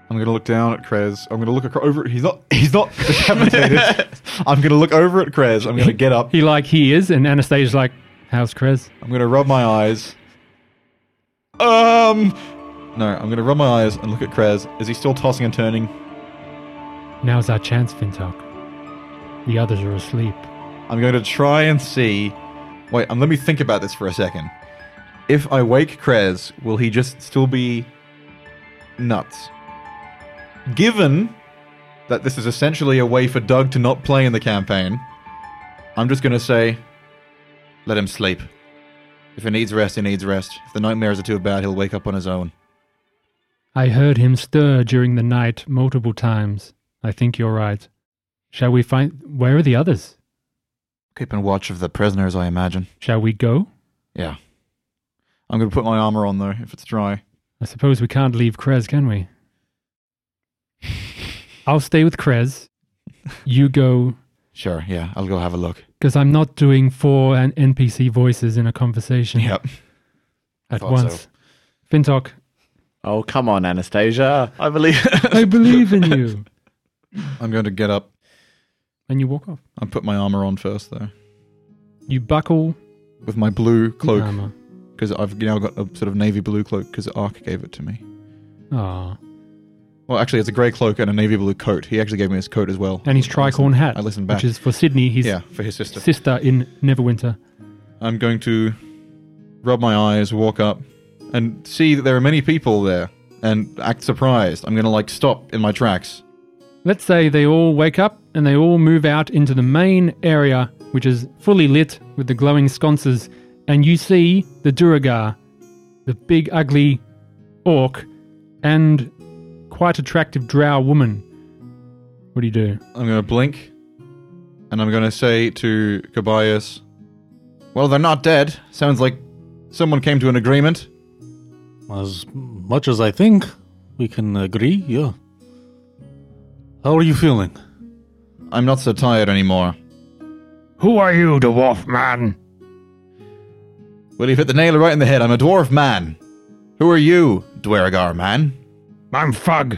B: I'm gonna look down at Krez. I'm gonna look acro- over. He's not. He's not decapitated. I'm gonna look over at Krez. I'm gonna get up.
C: He like he is, and Anastasia's like, How's Krez?
B: I'm gonna rub my eyes. Um. No, I'm gonna rub my eyes and look at Krez. Is he still tossing and turning?
C: Now's our chance, Fintok. The others are asleep.
B: I'm going to try and see. Wait, um, let me think about this for a second. If I wake Krez, will he just still be nuts? Given that this is essentially a way for Doug to not play in the campaign, I'm just going to say, let him sleep. If he needs rest, he needs rest. If the nightmares are too bad, he'll wake up on his own.
C: I heard him stir during the night multiple times. I think you're right. Shall we find. Where are the others?
B: Keeping watch of the prisoners, I imagine.
C: Shall we go?
B: Yeah. I'm going to put my armor on, though, if it's dry.
C: I suppose we can't leave Krez, can we? I'll stay with Krez. You go,
B: Sure, yeah, I'll go have a look.
C: because I'm not doing four and NPC voices in a conversation at
B: thought
C: once. Fintok,
D: Oh, come on, Anastasia. I believe.
C: I believe in you.
B: I'm going to get up.
C: And you walk off.
B: I put my armor on first, though,
C: You buckle
B: with my blue
C: the
B: cloak
C: armor.
B: because I've now got a sort of navy blue cloak because Ark gave it to me.
C: Ah,
B: Well, actually, it's a grey cloak and a navy blue coat. He actually gave me his coat as well.
C: and his tricorn hat,
B: I listened back.
C: which is for Sydney, his
B: yeah, for his sister.
C: sister in Neverwinter.
B: I'm going to rub my eyes, walk up, and see that there are many people there, and act surprised. I'm going to like stop in my tracks.
C: Let's say they all wake up and they all move out into the main area, which is fully lit with the glowing sconces, and you see the Duragar, the big ugly orc, and quite attractive drow woman. What do you do?
B: I'm going to blink, and I'm going to say to Kobayas, "Well, they're not dead. Sounds like someone came to an agreement."
F: As much as I think we can agree, yeah. How are you feeling?
B: I'm not so tired anymore.
C: Who are you, dwarf man?
B: Well, you've hit the nail right in the head. I'm a dwarf man. Who are you, Dwergar man?
G: I'm Fug.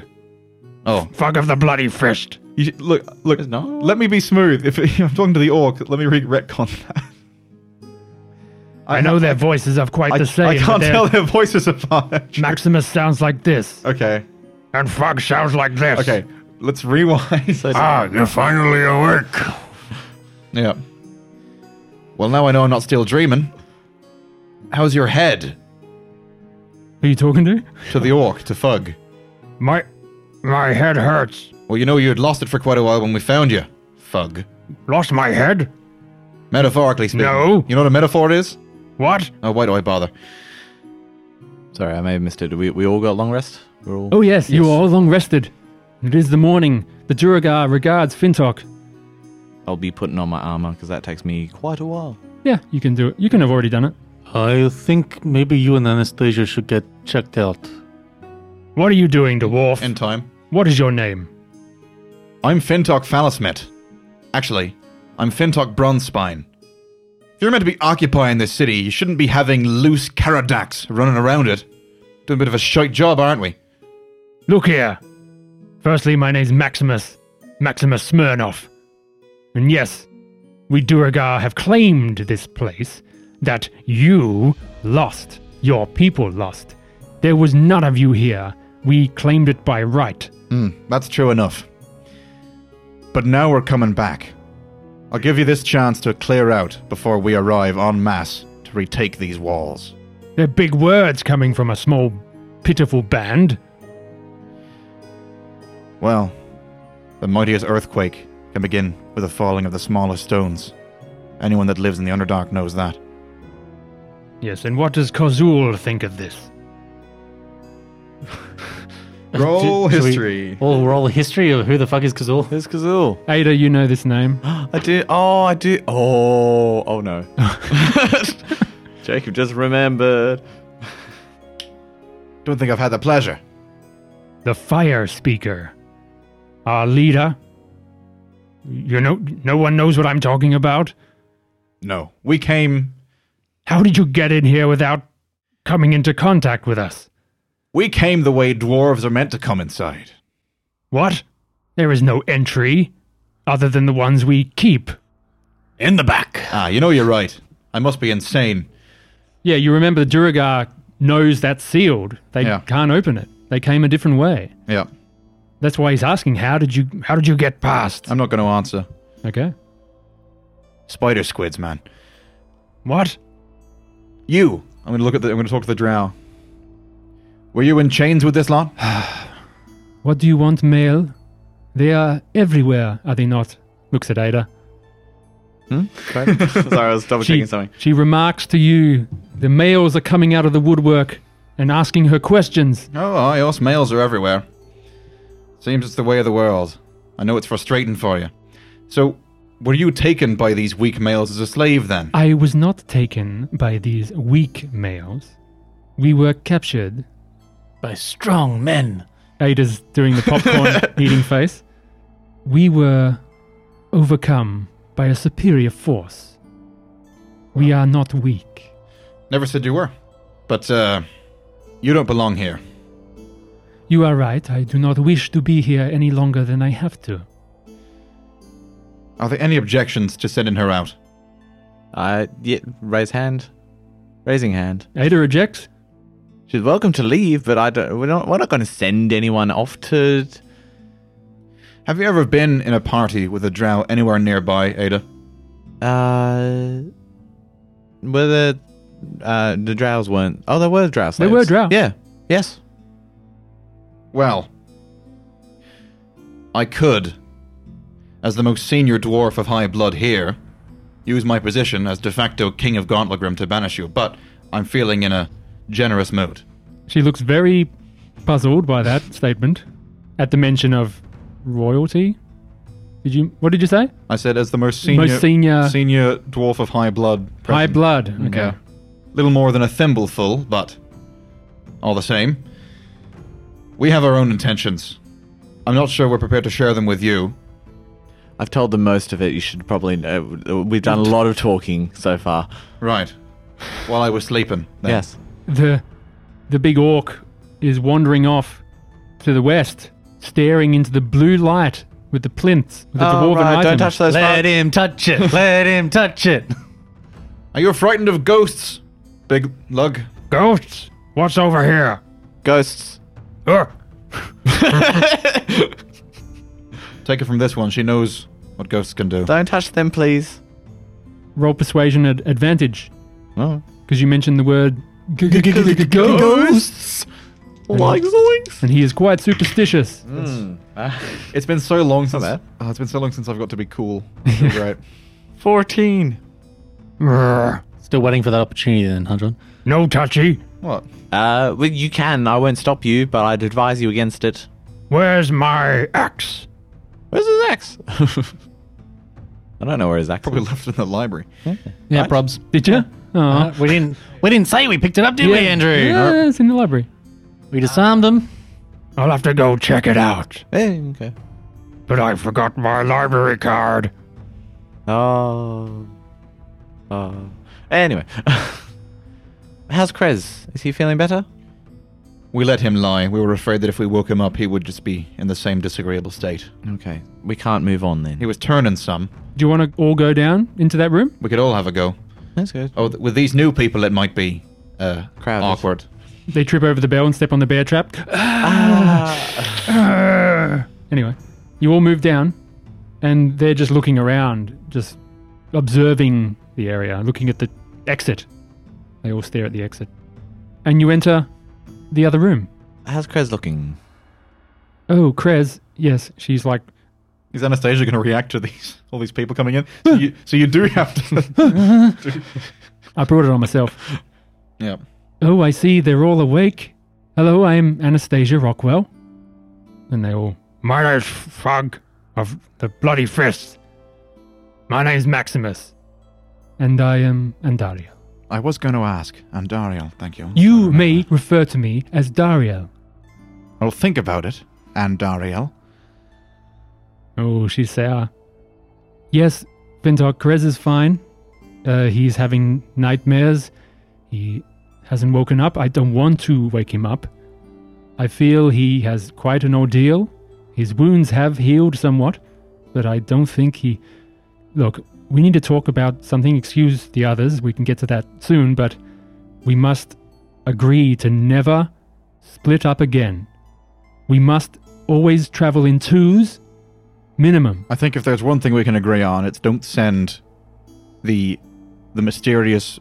B: Oh,
G: Fug of the Bloody Fist.
B: you should, look, look. Let me be smooth. If I'm talking to the orc, let me re- retcon that.
G: I know their voices are quite
B: I,
G: the same.
B: I
G: but
B: can't
G: their-
B: tell their voices apart.
G: Maximus sounds like this,
B: okay,
G: and Fug sounds like this.
B: Uh, okay. Let's rewind.
G: Ah, you're finally awake.
B: yeah. Well, now I know I'm not still dreaming. How's your head?
C: Who are you talking to?
B: To the orc, to Fug.
G: My, my head hurts.
B: Well, you know you had lost it for quite a while when we found you, Fug.
G: Lost my head?
B: Metaphorically speaking.
G: No.
B: You know what a metaphor is?
G: What?
B: Oh, why do I bother?
D: Sorry, I may have missed it. We, we all got long rest? We're all.
C: Oh, yes, you are all long rested. It is the morning. The Duragar regards Fintok.
D: I'll be putting on my armor because that takes me quite a while.
C: Yeah, you can do it. You can have already done it.
F: I think maybe you and Anastasia should get checked out.
G: What are you doing, dwarf?
B: In time.
G: what is your name?
B: I'm Fintok Phallusmet. Actually, I'm Fintok Bronzespine. If you're meant to be occupying this city, you shouldn't be having loose Karadax running around it. Doing a bit of a shite job, aren't we?
G: Look here. Firstly, my name's Maximus. Maximus Smirnov. And yes, we Duragar have claimed this place that you lost. Your people lost. There was none of you here. We claimed it by right.
B: Hmm, That's true enough. But now we're coming back. I'll give you this chance to clear out before we arrive en masse to retake these walls.
G: They're big words coming from a small, pitiful band.
B: Well, the mightiest earthquake can begin with the falling of the smallest stones. Anyone that lives in the Underdark knows that.
G: Yes, and what does Kozul think of this?
D: Roll
A: Should we-
D: history.
A: Well, roll history of who the fuck is Kazul.
D: There's Kazul.
C: Ada, you know this name.
D: I do. Oh, I do. Oh, oh no. Jacob just remembered.
B: Don't think I've had the pleasure.
G: the fire speaker. Our leader. You know, no one knows what I'm talking about.
B: No. We came.
G: How did you get in here without coming into contact with us?
B: We came the way dwarves are meant to come inside.
G: What? There is no entry other than the ones we keep.
B: In the back. Ah, you know you're right. I must be insane.
C: Yeah, you remember the Duragar knows that's sealed. They
B: Yeah.
C: can't open it. They came a different way.
B: Yeah.
C: That's why he's asking, how did you how did you get past?
B: I'm not going to answer.
C: Okay.
B: Spider squids, man.
G: What?
B: You. I'm going to look at the. I'm going to talk to the drow. Were you in chains with this lot?
C: What do you want, male? They are everywhere, are they not? Looks at Ada.
D: Sorry, I was double checking something.
C: she remarks to you, the males are coming out of the woodwork and asking her questions.
B: Oh, aye, us males are everywhere. Seems it's the way of the world. I know it's frustrating for you. So, were you taken by these weak males as a slave then?
C: I was not taken by these weak males. We were captured.
A: By strong men.
C: Ada's doing the popcorn eating face. We were overcome by a superior force. We are not weak.
B: Never said you were. But, uh, you don't belong here.
C: You are right. I do not wish to be here any longer than I have to.
B: Are there any objections to sending her out?
D: I yeah, raise hand, raising hand.
C: Ada rejects.
D: She's welcome to leave, but I don't. We're not. We're not going to send anyone off to.
B: Have you ever been in a party with a drow anywhere nearby, Ada?
D: Uh, were the uh the drows weren't? Oh, there were drow slaves.
C: were drow.
D: Yeah. Yes.
B: Well, I could, as the most senior dwarf of high blood here, use my position as de facto king of Gauntlegrim to banish you, but I'm feeling in a generous mood.
C: She looks very puzzled by that statement at the mention of royalty. Did you? What did you say?
B: I said, as the most senior,
C: Most senior-
B: senior dwarf of high blood.
C: High
B: present.
C: blood. Okay.
B: Yeah. Little more than a thimbleful, but all the same. We have our own intentions. I'm not sure we're prepared to share them with you.
D: I've told them most of it. You should probably. Know. We've done a lot of talking so far.
B: Right. While I was sleeping. then.
D: Yes.
C: The the big orc is wandering off to the west, staring into the blue light with the plinths with the
D: Oh,
C: dwarven
D: right,
C: items.
D: Don't touch those.
A: Let
D: parts.
A: him touch it. Let him touch it.
B: Are you frightened of ghosts? Big lug.
G: Ghosts? What's over here?
D: Ghosts.
G: Ugh.
B: Take it from this one. She knows what ghosts can do.
D: Don't touch them, please.
C: Roll persuasion at advantage
D: Oh.
C: because you mentioned the word g- g- g- g- ghost,
D: Ghosts. Like zoinks.
C: and he is quite superstitious.
D: Mm.
B: It's been so long since.
D: bad.
B: Oh, it's been so long since I've got to be cool. right.
D: Fourteen.
G: Ugh.
A: Still waiting for that opportunity then, Hundred.
G: No touchy.
B: What?
D: Uh, well, you can. I won't stop you, but I'd advise you against it.
G: Where's my axe?
D: Where's his axe? I don't know where his axe
B: Probably
D: is.
B: left in the library.
A: Yeah, probs.
C: Did you? Oh.
A: We didn't. We didn't say we picked it up, did we, Andrew?
C: Yeah, it's in the library.
A: We disarmed them.
G: I'll have to go check it out.
D: Hey, Eh, okay.
G: But I forgot my library card.
D: Oh. Uh, anyway. How's Krez? Is he feeling better?
B: We let him lie. We were afraid that if we woke him up, he would just be in the same disagreeable state.
D: Okay. We can't move on
B: He
D: then.
B: was turning some.
C: Do you want to all go down into that room?
B: We could all have a go.
D: That's good.
B: Oh, th- with these new people, it might be uh,
D: Crowded.
B: awkward.
C: They trip over the bell and step on the bear trap.
D: Ah.
C: Uh. anyway, you all move down, and they're just looking around, just observing the area, looking at the exit. They all stare at the exit. And you enter the other room.
D: How's Krez looking?
C: Oh, Krez. Yes, she's like,
B: Is Anastasia going to react to these all these people coming in? So you, so you do have to.
C: I brought it on myself.
B: yeah.
C: Oh, I see. They're all awake. Hello, I'm Anastasia Rockwell. And they all.
G: My name's Frog of the Bloody Fist. My name's Maximus.
C: And I am Andario.
B: I was going to ask. I'm Dario. Thank you.
C: You may refer to me as Dario.
B: I'll think about it. And Dario.
C: Oh, she's sour. Yes, Vintok Krez is fine. Uh, he's having nightmares. He hasn't woken up. I don't want to wake him up. I feel he has quite an ordeal. His wounds have healed somewhat, but I don't think he. Look, we need to talk about something. Excuse the others. We can get to that soon, but we must agree to never split up again. We must always travel in twos, minimum.
B: I think if there's one thing we can agree on, it's don't send the the mysterious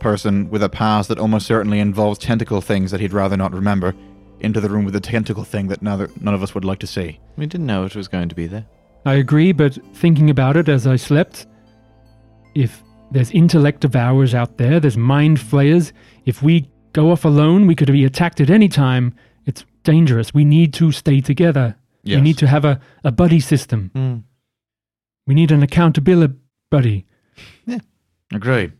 B: person with a past that almost certainly involves tentacle things that he'd rather not remember into the room with the tentacle thing that neither, none of us would like to see.
D: We didn't know it was going to be there.
C: I agree, but thinking about it as I slept, if there's intellect devourers out there, there's mind flayers, if we go off alone, we could be attacked at any time. It's dangerous. We need to stay together. We need to have a, a buddy system.
D: Hmm.
C: We need an accountability buddy.
B: Agreed.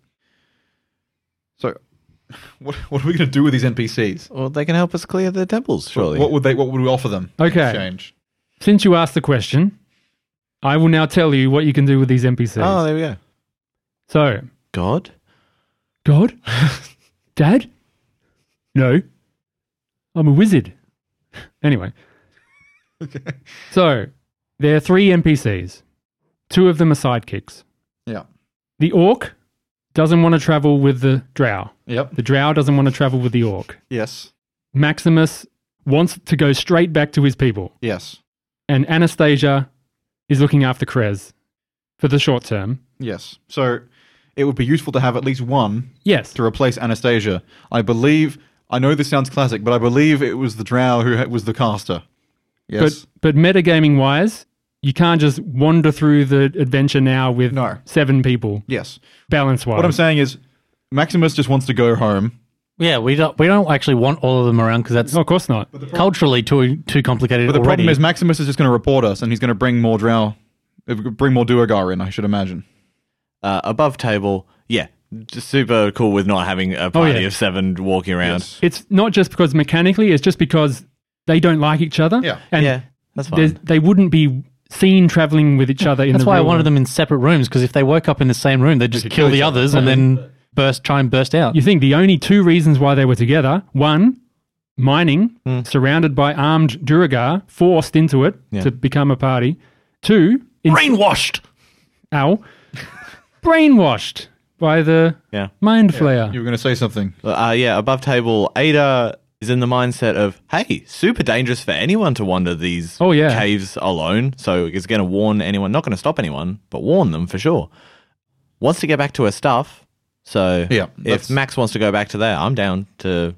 B: So, what, what are we going to do with these NPCs?
D: Well, they can help us clear the temples, surely.
B: What would they? What would we offer them? in
C: Okay.
B: Exchange.
C: Since you asked the question, I will now tell you what you can do with these NPCs.
D: oh, there we go.
C: So,
D: God?
C: God? Dad? No. I'm a wizard. Anyway. So, there are three NPCs. Two of them are sidekicks.
B: Yeah.
C: The orc doesn't want to travel with the drow.
B: Yep.
C: The drow doesn't want to travel with the orc.
B: Yes.
C: Maximus wants to go straight back to his people.
B: Yes.
C: And Anastasia is looking after Krez for the short term.
B: Yes. So, it would be useful to have at least one
C: Yes.
B: to replace Anastasia. I believe. I know this sounds classic, but I believe it was the Drow who ha- was the caster. Yes.
C: But but metagaming wise, you can't just wander through the adventure now with
B: No.
C: seven people.
B: yes.
C: Balance wise,
B: What I'm saying is, Maximus just wants to go home.
A: Yeah, we don't. We don't actually want all of them around because that's
C: no, of course not.
A: culturally too too complicated
B: But the
A: already.
B: problem is, Maximus is just going to report us, and he's going to bring more Drow, uh, bring more Duergar in. I should imagine.
D: Uh, above table. Yeah. Just super cool with not having a party
C: yeah.
D: of seven walking around.
B: Yes.
C: It's not just because mechanically; it's just because they don't like each other.
B: Yeah.
C: and
D: Yeah. That's
C: there's-
D: fine.
C: they wouldn't be seen traveling with each other. In
A: that's
C: the
A: why I
C: real
A: wanted
C: world.
A: them in separate rooms because if they woke up in the same room, they'd just kill the others and then burst, try and burst out.
C: You think the only two reasons why they were together: one, mining,
A: Hmm.
C: surrounded by armed Duragar, forced into it to become a party; two, in-
A: Brainwashed.
C: ow, brainwashed by the
D: Yeah.
C: mind flayer.
B: You were going to say something.
D: Uh, yeah, above table, Ada is in the mindset of, hey, super dangerous for anyone to wander these
C: Oh, yeah.
D: caves alone. So it's going to warn anyone, not going to stop anyone, but warn them for sure. Wants to get back to her stuff. So
B: Yeah,
D: if
B: that's-
D: Max wants to go back to there, I'm down to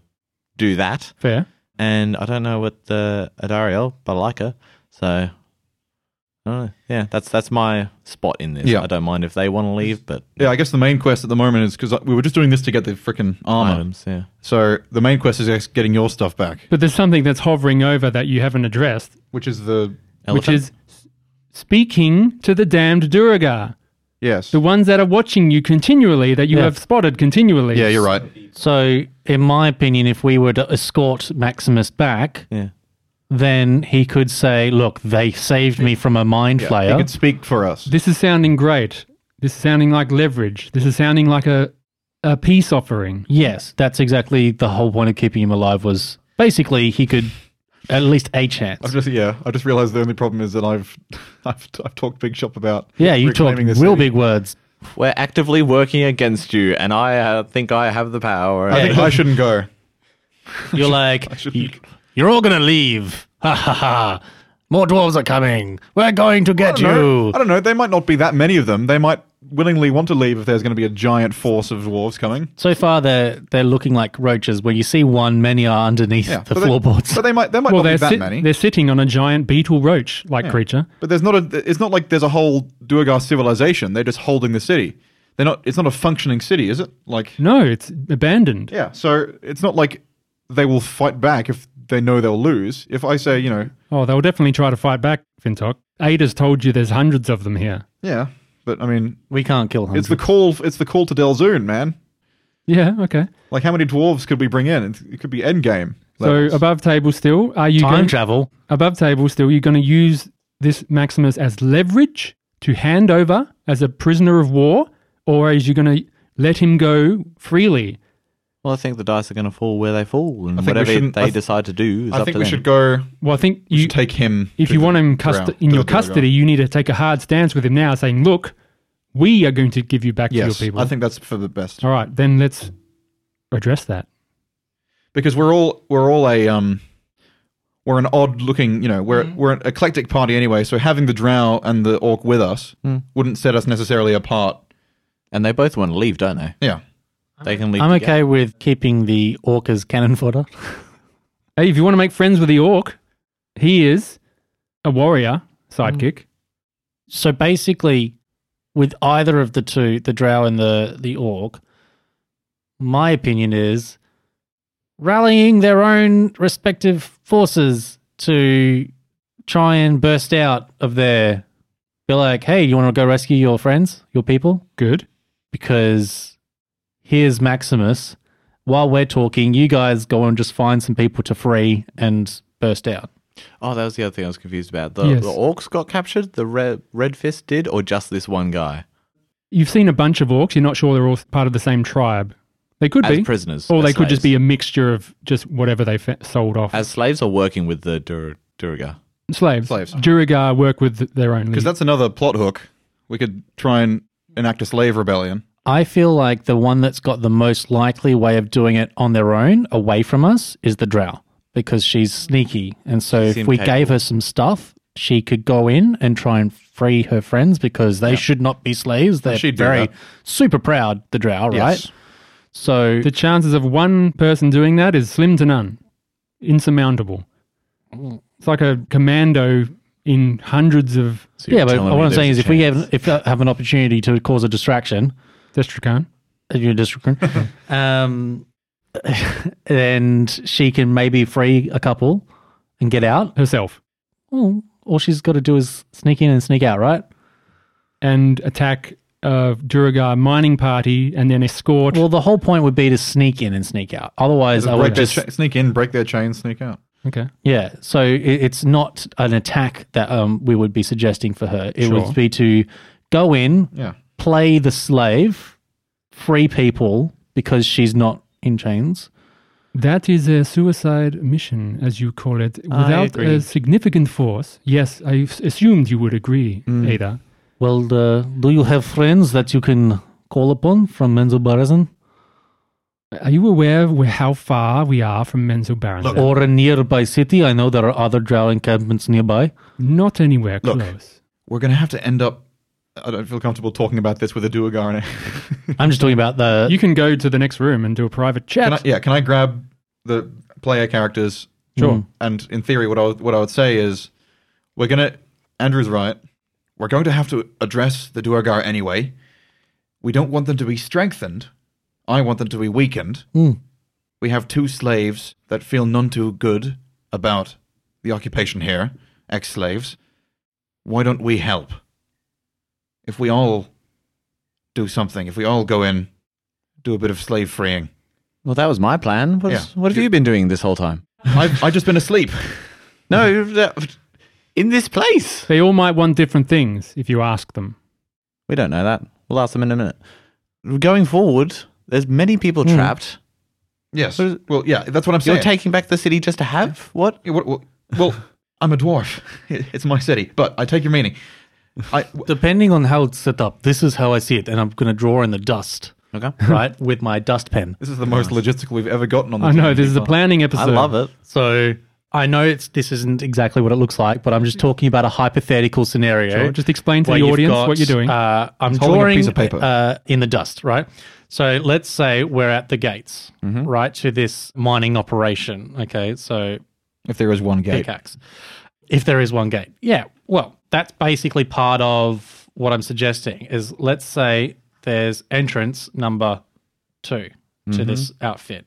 D: do that.
C: Fair.
D: And I don't know what the Adariel, but I like her. So Uh, yeah, that's that's my spot in this.
B: Yeah.
D: I don't mind if they want to leave, but
B: Yeah, I guess the main quest at the moment is because we were just doing this to get the freaking armor.
D: items, yeah.
B: So the main quest is just getting your stuff back,
C: But there's something that's hovering over that you haven't addressed,
B: which is the
C: which is s- speaking to the damned Duragar,
B: yes.
C: the ones that are watching you continually, that you
A: Yeah.
C: have spotted continually.
B: yeah, you're right.
A: So, in my opinion, if we were to escort Maximus back,
D: Yeah.
A: then he could say, "Look, they saved me from a mind
B: He
A: flayer."
B: could speak for us.
C: This is sounding great. This is sounding like leverage. This is sounding like a, a peace offering.
A: Yes, that's exactly the whole point of keeping him alive. Was basically he could at least a
B: I've
A: chance.
B: just yeah, I just realized the only problem is that I've I've, I've talked big shop about
A: Yeah, you talk
B: reclaiming
A: real
B: this city.
A: big words.
D: We're actively working against you, and I uh, think I have the power.
B: I think I shouldn't go.
A: You're like,
B: shouldn't.
A: "You- "You're all gonna leave." Ha ha ha! More dwarves are coming. We're going to
B: I
A: get
B: don't, know.
A: you.
B: I don't know. They might not be that many of them. They might willingly want to leave if there's going to be a giant force of dwarves coming.
A: So far, they're they're looking like roaches. When you see one, many are underneath
B: Yeah,
A: the
B: but they-
A: floorboards.
B: But they might. There might
C: Well,
B: not be
C: they're,
B: that
C: sit-
B: many.
C: they're sitting on a giant beetle roach like creature.
B: But there's not a. It's not like there's a whole Duergar civilization. They're just holding the city. They're not. It's not a functioning city, is it? Like
C: No, it's abandoned.
B: yeah. So it's not like they will fight back if they know they'll lose. If I say, you know,
C: Oh, they'll definitely try to fight back, Fintok. Ada's told you there's hundreds of them here.
B: yeah. But I mean,
A: we can't kill him.
B: it's the call. It's the call to Delzoon, man.
C: Yeah, okay.
B: Like how many dwarves could we bring in? It- It could be endgame. levels.
C: So above table still, are you
A: time
C: going
A: travel.
C: above table still, you're going to use this Maximus as leverage to hand over as a prisoner of war, or is you going to let him go freely?
D: Well, I think the dice are going to fall where they fall, and
B: think we
D: whatever
B: shouldn't-
D: they
B: I th-
D: decide to do is
B: I
D: up
B: think
D: to
B: we
D: them.
B: should go.
C: Well, I think
B: You
C: you,
B: should take him.
C: if
B: to
C: you
B: the
C: want him cust-
B: ground,
C: in
B: to
C: your
B: the Duergar.
C: custody, you need to take a hard stance with him now, saying, "Look, we are going to give you back
B: Yes,
C: to your people."
B: I think that's for the best
C: All right, then let's address that.
B: because we're all we're all a um we're an odd looking you know we're
D: Mm.
B: we're an eclectic party anyway. So having the drow and the orc with us
D: Mm.
B: wouldn't set us necessarily apart.
D: And they both want to leave, don't they?
B: Yeah,
D: They can leave.
A: I'm
D: together.
A: okay with keeping the orca's cannon fodder.
C: Hey, if you want to make friends with the orc, he is a warrior
B: Mm.
C: sidekick.
A: So basically, with either of the two, the drow and the, the orc, my opinion is rallying their own respective forces to try and burst out of there. Be like, hey, you want to go rescue your friends, your people?
C: Good.
A: because here's Maximus. While we're talking, you guys go and just find some people to free and burst out.
D: Oh, that was the other thing I was confused about. The,
C: Yes.
D: the orcs got captured. The red, red fist did, or just this one guy
C: You've seen a bunch of orcs. You're not sure they're all part of the same tribe. They could
D: as
C: be,
D: prisoners,
C: or
D: as
C: they could just
D: slaves.
C: be a mixture of just whatever they fa- sold off.
D: as slaves or working with the Dur- Durga.
C: slaves.
B: slaves.
C: Durigar work with their own.
B: because
C: lead.
B: that's another plot hook. We could try and enact a slave rebellion.
A: I feel like the one that's got the most likely way of doing it on their own, away from us, is the Drow because she's sneaky. And so if
D: Seem
A: we
D: capable.
A: gave her some stuff, she could go in and try and free her friends because they should not be slaves. They're
B: She'd do
A: very
B: that.
A: super proud, the Drow, right? So
C: the chances of one person doing that is slim to none, insurmountable. It's like a commando in hundreds of
D: So you're
A: yeah, but
D: telling me
A: what I'm
D: there's
A: saying
D: a
A: is if we
D: chance.
A: have, if I have an opportunity to cause a distraction,
C: Destrakan.
A: in your district. um, and she can maybe free a couple and get out.
C: herself
A: Well, all she's got to do is sneak in and sneak out, right?
C: and attack a Duragar mining party and then escort.
A: Well, the whole point would be to sneak in and sneak out. Otherwise, I
B: break
A: would
B: their
A: just
B: cha- sneak in, break their chains, sneak out.
C: okay.
A: yeah. So it, it's not an attack that um we would be suggesting for her. It
C: Sure.
A: would be to go in,
B: Yeah,
A: play the slave, free people because she's not in chains.
C: That is a suicide mission, as you call it, without
D: agree.
C: a significant force. Yes, I s- assumed you would agree, Ada.
A: Well, uh, do you have friends that you can call upon from Menzel Barazan?
C: Are you aware of where, how far we are from Menzel Baron?
A: or a nearby city. I know there are other drow encampments nearby.
C: Not anywhere
B: Look.
C: close.
B: we're going to have to end up. I don't feel comfortable talking about this with a Duergar. in it.
A: I'm just talking about the.
C: You can go to the next room and do a private chat.
B: Can I, yeah, can I grab the player characters
C: Sure.
B: and in theory, what I would- what I would say is, we're gonna. Andrew's right. We're going to have to address the Duergar anyway. We don't want them to be strengthened. I want them to be weakened. We have two slaves that feel none too good about the occupation here, ex slaves. Why don't we help? If we all do something, if we all go in, do a bit of slave freeing.
D: Well, that was my plan. What, is-
B: Yeah.
D: what have you been doing this whole time?
B: I've, I've just been asleep.
D: No, you've- that- in this place.
C: They all might want different things if you ask them.
D: We don't know that. We'll ask them in a minute. Going forward, there's many people
B: Hmm.
D: trapped.
B: Yes. Well, yeah, that's what I'm saying.
D: You're taking back the city just to have what?
B: Yeah, Well, well, well, I'm a dwarf. It's my city, but I take your meaning. I w-
A: Depending on how it's set up, this is how I see it, and I'm going to draw in the dust,
D: Okay.
A: right, with my dust pen.
B: this is the most logistical we've ever gotten on. The
C: I know, this is the planning
D: I
C: episode.
D: love it.
A: So I know it's this isn't exactly what it looks like, but I'm just talking about a hypothetical scenario.
C: Sure, just explain to
A: where
C: the
A: you've
C: audience
A: got,
C: what you're doing.
A: Uh, I'm
B: holding a
A: drawing
B: piece of paper.
A: Uh, in the dust, right? So let's say we're at the gates,
C: Mm-hmm.
A: right, to this mining operation. Okay, so
B: If there is one gate,
A: pickaxe. If there is one gate. Yeah. Well, that's basically part of what I'm suggesting is let's say there's entrance number 2 to
E: Mm-hmm.
A: this outfit.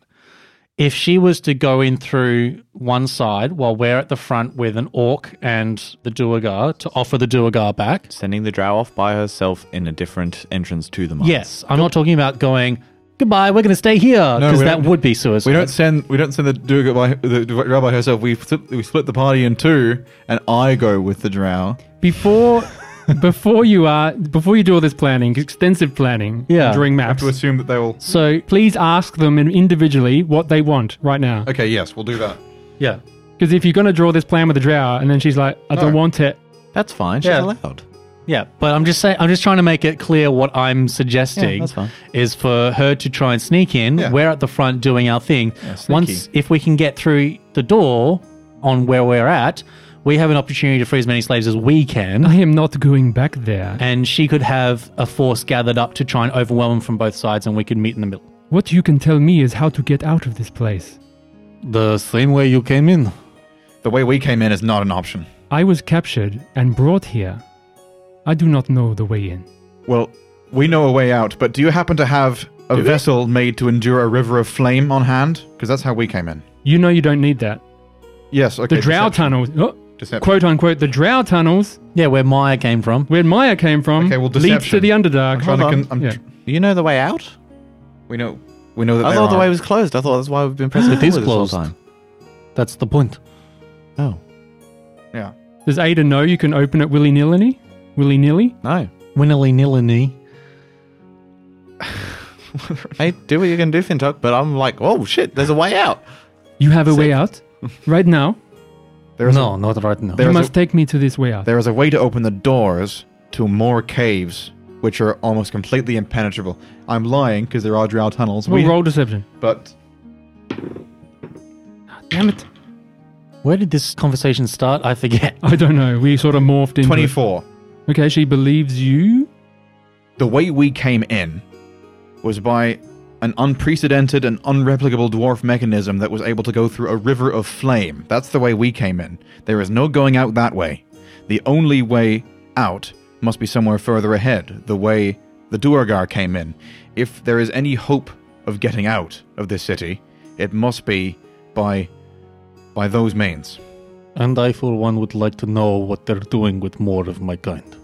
A: If she was to go in through one side while we're at the front with an orc and the duergar to offer the duergar back.
D: Sending the drow off by herself in a different entrance to the mine.
A: Yes, I'm not talking about going goodbye. We're going to stay here because
E: we
A: that
E: don't-
A: would be suicide.
E: We don't send we don't send the do by the rabbi herself. We split, we split the party in two, and I go with the drow.
C: before before you are before you do all this planning, extensive planning,
A: Yeah.
C: during maps.
E: To assume that they will.
A: so
C: Please ask them in- individually what they want right now.
B: Okay, yes, we'll do that.
A: yeah,
C: Because if you're going to draw this plan with the drow, and then she's like, "I don't
B: No.
C: want it,"
D: That's fine. She's
A: Yeah.
D: allowed.
A: yeah. But I'm just saying, I'm just trying to make it clear what I'm suggesting
D: that's fine.
A: is for her to try and sneak in.
E: Yeah.
A: We're at the front doing our thing.
D: sneaky.
A: Once, if we can get through the door on where we're at, we have an opportunity to free as many slaves as we can.
C: I am not going back there.
A: And she could have a force gathered up to try and overwhelm them from both sides, and we could meet in the middle.
C: What you can tell me is how to get out of this place.
F: The same way you came in.
B: The way we came in is not an option.
C: I was captured and brought here. I do not know the way in.
E: Well, we know a way out, but do you happen to have a vessel made to endure a river of flame on hand? Because that's how we came in.
C: You know you don't need that.
E: Yes. Okay.
C: The drow
E: deception.
C: tunnels, oh,
E: Deception.
C: quote unquote, the drow tunnels
A: Yeah, where Maya came from.
C: where Maya came from
E: Okay, well,
C: leads to
E: deception.
C: the
E: I'm
C: Underdark.
E: trying to
D: Hold
E: con- I'm
C: Yeah.
E: tr-
D: Do you know the way out?
B: We know. We know that.
D: I
B: there
D: thought the
B: are-
D: way was closed. I thought that's why we've been pressing
A: It is
D: forward this whole
A: closed.
D: time.
A: That's the point.
D: Oh
E: Yeah.
C: Does Ada know you can open it willy nilly? Willy nilly?
D: no!
A: Winnily nillily.
D: Hey, do what you can do, Fintok. But I'm like, oh shit! There's a way out.
C: You have a way out right now.
E: There is
A: no, not right now.
E: There
C: you
E: is a-
C: must take me to this way out.
E: There is a way to open the doors to more caves, which are almost completely impenetrable. I'm lying because there are drow tunnels.
C: We'll
E: We,
C: roll deception.
E: but
C: Damn it!
A: Where did this conversation start? I forget.
C: I don't know. We sort of morphed into. it.
B: 24.
C: Okay, she believes you.
B: The way we came in was by an unprecedented and unreplicable dwarf mechanism that was able to go through a river of flame. That's the way we came in. There is no going out that way. The only way out must be somewhere further ahead, the way the Duergar came in. If there is any hope of getting out of this city, it must be by by those means.
F: And I, for one, would like to know what they're doing with more of my kind.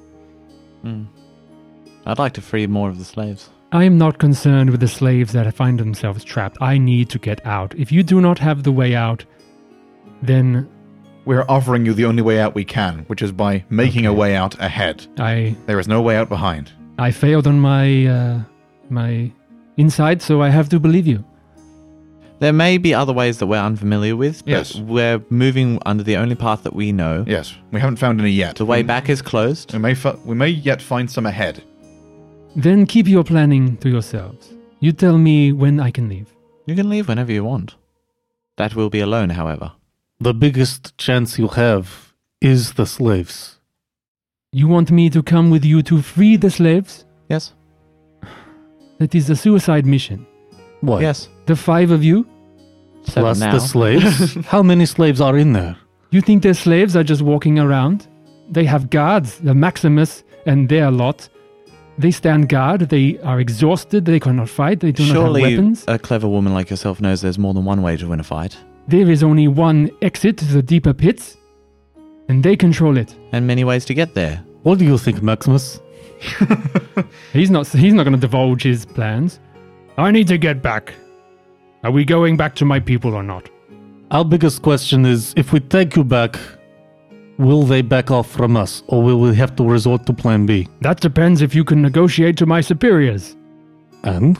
D: I'd like to free more of the slaves.
C: I am not concerned with the slaves that find themselves trapped. I need to get out. If you do not have the way out, then
B: We're offering you the only way out we can, which is by making a way out ahead.
C: I
B: There is no way out behind.
C: I failed on my uh, my inside, so I have to believe you.
D: There may be other ways that we're unfamiliar with, but
B: Yes.
D: we're moving under the only path that we know.
B: Yes, we haven't found any yet.
D: The way back is closed.
B: We may fi- we may yet find some ahead.
C: Then keep your planning to yourselves. You tell me when I can leave.
D: You can leave whenever you want. That will be alone, however.
F: The biggest chance you have is the slaves.
C: You want me to come with you to free the slaves?
D: Yes.
C: That is a suicide mission.
F: What?
D: Yes.
C: The five of you?
D: Seven
F: Plus
D: now.
F: the slaves? How many slaves are in there?
C: You think the slaves are just walking around? They have guards, the Maximus and their lot. They stand guard. They are exhausted. They cannot fight. They do not have
D: Surely uh,
C: weapons.
D: a clever woman like yourself knows there's more than one way to win a fight,
C: There is only one exit to the deeper pits, and they control it.
D: and many ways to get there.
A: What do you think, Maximus?
C: He's not. He's not going to divulge his plans.
G: I need to get back. Are we going back to my people or not?
A: Our biggest question is if we take you back, will they back off from us or will we have to resort to plan B?
G: That depends if you can negotiate to my superiors.
A: And?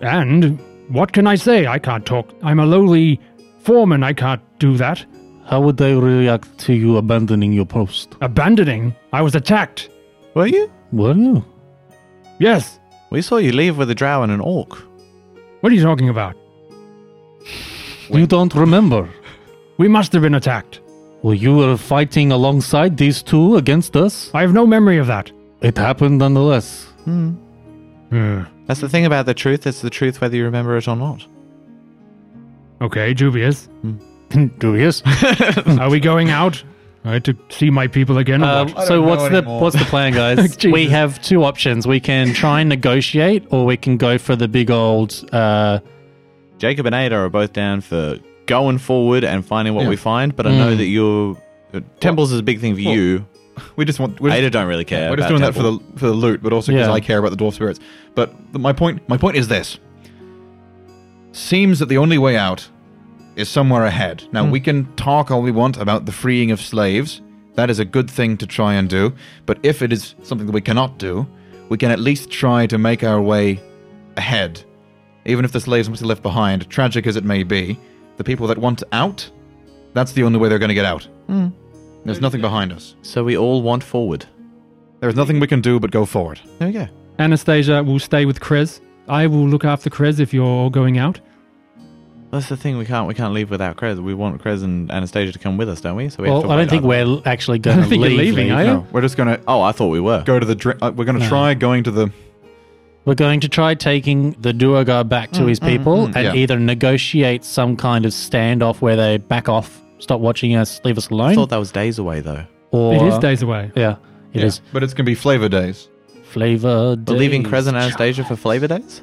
G: And what can I say? I can't talk. I'm a lowly foreman. I can't do that.
A: How would they react to you abandoning your post?
G: Abandoning? I was attacked.
D: Were you?
A: Were you?
G: Yes.
D: We saw you leave with a drow and an orc.
G: What are you talking about?
A: You don't remember.
G: We must have been attacked.
A: Well, you were fighting alongside these two against us.
G: I have no memory of that.
A: It happened nonetheless.
C: Uh,
G: Hmm.
D: That's the thing about the truth. It's the truth whether you remember it or not.
G: Okay, dubious.
A: Dubious.
G: Are we going out? I had to see my people again. or what?
A: Um, so what's the what's the plan, guys? we
G: Jesus.
A: have two options. We can try and negotiate, or we can go for the big old. Uh,
D: Jacob and Ada are both down for going forward and finding what we find, but I know that you're. uh, Temples is a big thing for you.
B: We just want. We're just,
D: Ada don't really care.
B: we're just
D: about
B: doing
D: temple.
B: that for the for the loot, but also because
A: Yeah.
B: I care about the dwarf spirits. But th- my point, my point is this: seems that the only way out is somewhere ahead.
D: Hmm.
B: Now we can talk all we want about the freeing of slaves. That is a good thing to try and do. But if it is something that we cannot do, we can at least try to make our way ahead. Even if the slaves must be left behind, tragic as it may be, the people that want out, that's the only way they're going to get out.
D: Hmm.
B: There's nothing behind us.
D: So we all want forward.
B: There's nothing we can do but go forward.
D: There we go.
C: Anastasia will stay with Krez. I will look after Krez if you're all going out.
D: That's the thing. We can't. We can't leave without Krez. We want Krez and Anastasia to come with us, don't we? So we have
A: well,
D: to
A: I
D: wait
A: don't think
D: on-
A: we're actually going to
C: think you're
A: leave.
C: leaving,
A: leave.
C: are you?
B: No, we're just gonna
D: Oh, I thought we were.
B: go to the. Dr- uh, we're gonna try going to the.
A: We're going to try taking the Duergar back to
D: Mm,
A: his people and
B: yeah.
A: either negotiate some kind of standoff where they back off, stop watching us, leave us
D: I
A: alone,
D: thought that was days away though.
A: or
C: it is days away.
A: Yeah, it is
B: But it's gonna be flavor days.
A: flavor.
D: We're leaving
A: days.
D: Krez and Anastasia for flavor days.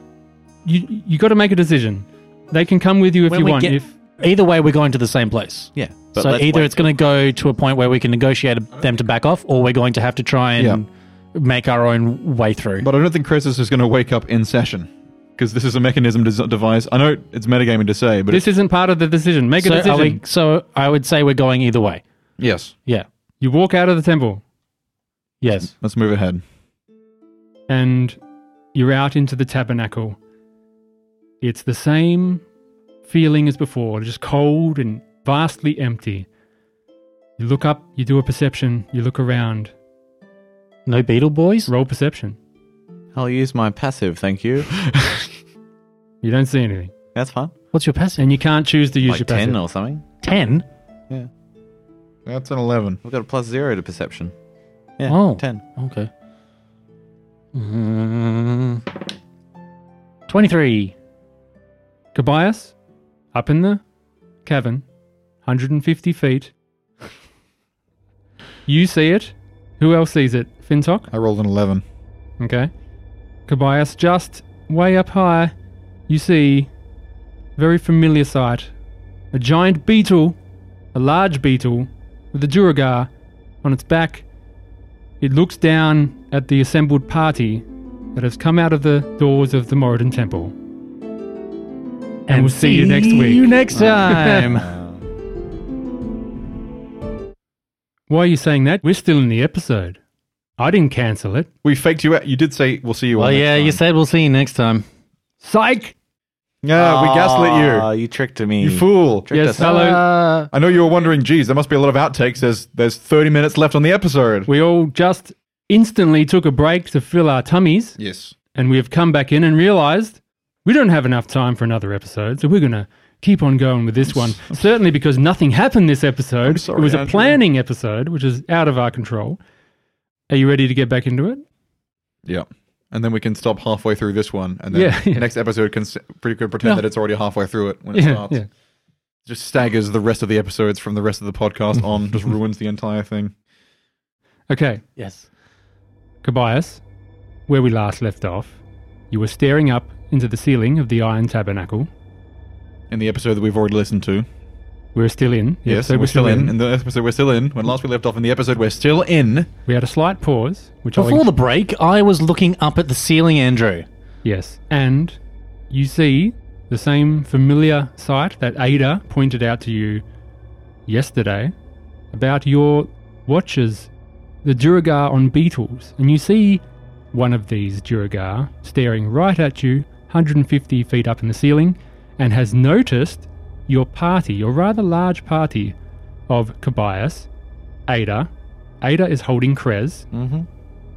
C: You you got to make a decision. They can come with you if
A: When
C: you
A: we
C: want.
A: get-
C: if
A: Either way, we're going to the same place.
D: Yeah. But
A: so
D: let's
A: either
D: wait.
A: it's going to go to a point where we can negotiate them to back off, or we're going to have to try and make our own way through.
B: But I don't think Chris is just gonna wake up in session, because this is a mechanism des- device. I know it's metagaming to say, but
C: this isn't part of the decision, make a
A: so,
C: decision.
A: are we, so I would say we're going either way.
B: it's, yes,
A: Yeah.
C: You walk out of the temple
A: Yes.
B: let's move ahead.
C: and you're out into the tabernacle. It's the same feeling as before, just cold and vastly empty. You look up, you do a perception, you look around,
A: No Beetle Boys?
C: roll perception.
D: I'll use my passive. Thank you.
C: You don't see anything.
D: That's fine.
A: What's your passive?
C: And you can't choose to use
D: like
C: your
D: ten
C: passive.
D: or something.
A: 10?
B: That's an eleven.
D: We've got a plus zero to perception. Yeah.
A: Oh.
D: Ten.
A: Okay. Mm, 23.
C: Tobias, up in the cavern, 150 feet. you see it. Who else sees it? Fintok?
B: I rolled an eleven.
C: Okay. Tobias, just way up high, you see very familiar sight. A giant beetle, a large beetle, with a Duragar on its back. It looks down at the assembled party that has come out of the doors of the Moradin Temple. And, we'll see you next week.
A: you next time.
C: Why are you saying that? We're still in the episode. I didn't cancel it.
B: We faked you out. You did say we'll see you.
A: well,
B: all next
A: yeah,
B: time."
A: you said we'll see you next time.
C: Psych!
B: Yeah, we
D: Ah,
B: gaslit
D: you tricked me.
B: you. You fool.
C: Yes, hello.
B: I know you were wondering. Geez, there must be a lot of outtakes. There's there's thirty minutes left on the episode.
C: we all just instantly took a break to fill our tummies,
B: yes.
C: and we have come back in and realized we don't have enough time for another episode, so we're going to keep on going with this one. Certainly because nothing happened this episode.
B: sorry,
C: it was a
B: Andrew.
C: planning episode, which is out of our control. Are you ready to get back into it?
B: Yeah. And then we can stop halfway through this one, and then
C: Yeah, yeah.
B: next episode can s- pretty good pretend that it's already halfway through it when it starts.
C: yeah.
B: just staggers the rest of the episodes from the rest of the podcast on, just ruins the entire thing.
C: Okay,
A: Yes.
C: Cobias, where we last left off, you were staring up into the ceiling of the Iron Tabernacle.
B: In the episode that we've already listened to.
C: We're still in. the
B: Yes,
C: episode
B: we're still in. In the episode we're still in. When last we left off in the episode we're still in.
C: We had a slight pause, which I'll
A: Before the break, I was looking up at the ceiling, Andrew.
C: Yes. And you see the same familiar sight that Ada pointed out to you yesterday about your watches, the Duragar on beetles. And you see one of these Duragar staring right at you, 150 feet up in the ceiling, and has noticed your party, your rather large party of Kobayas, Ada. Ada is holding Krez,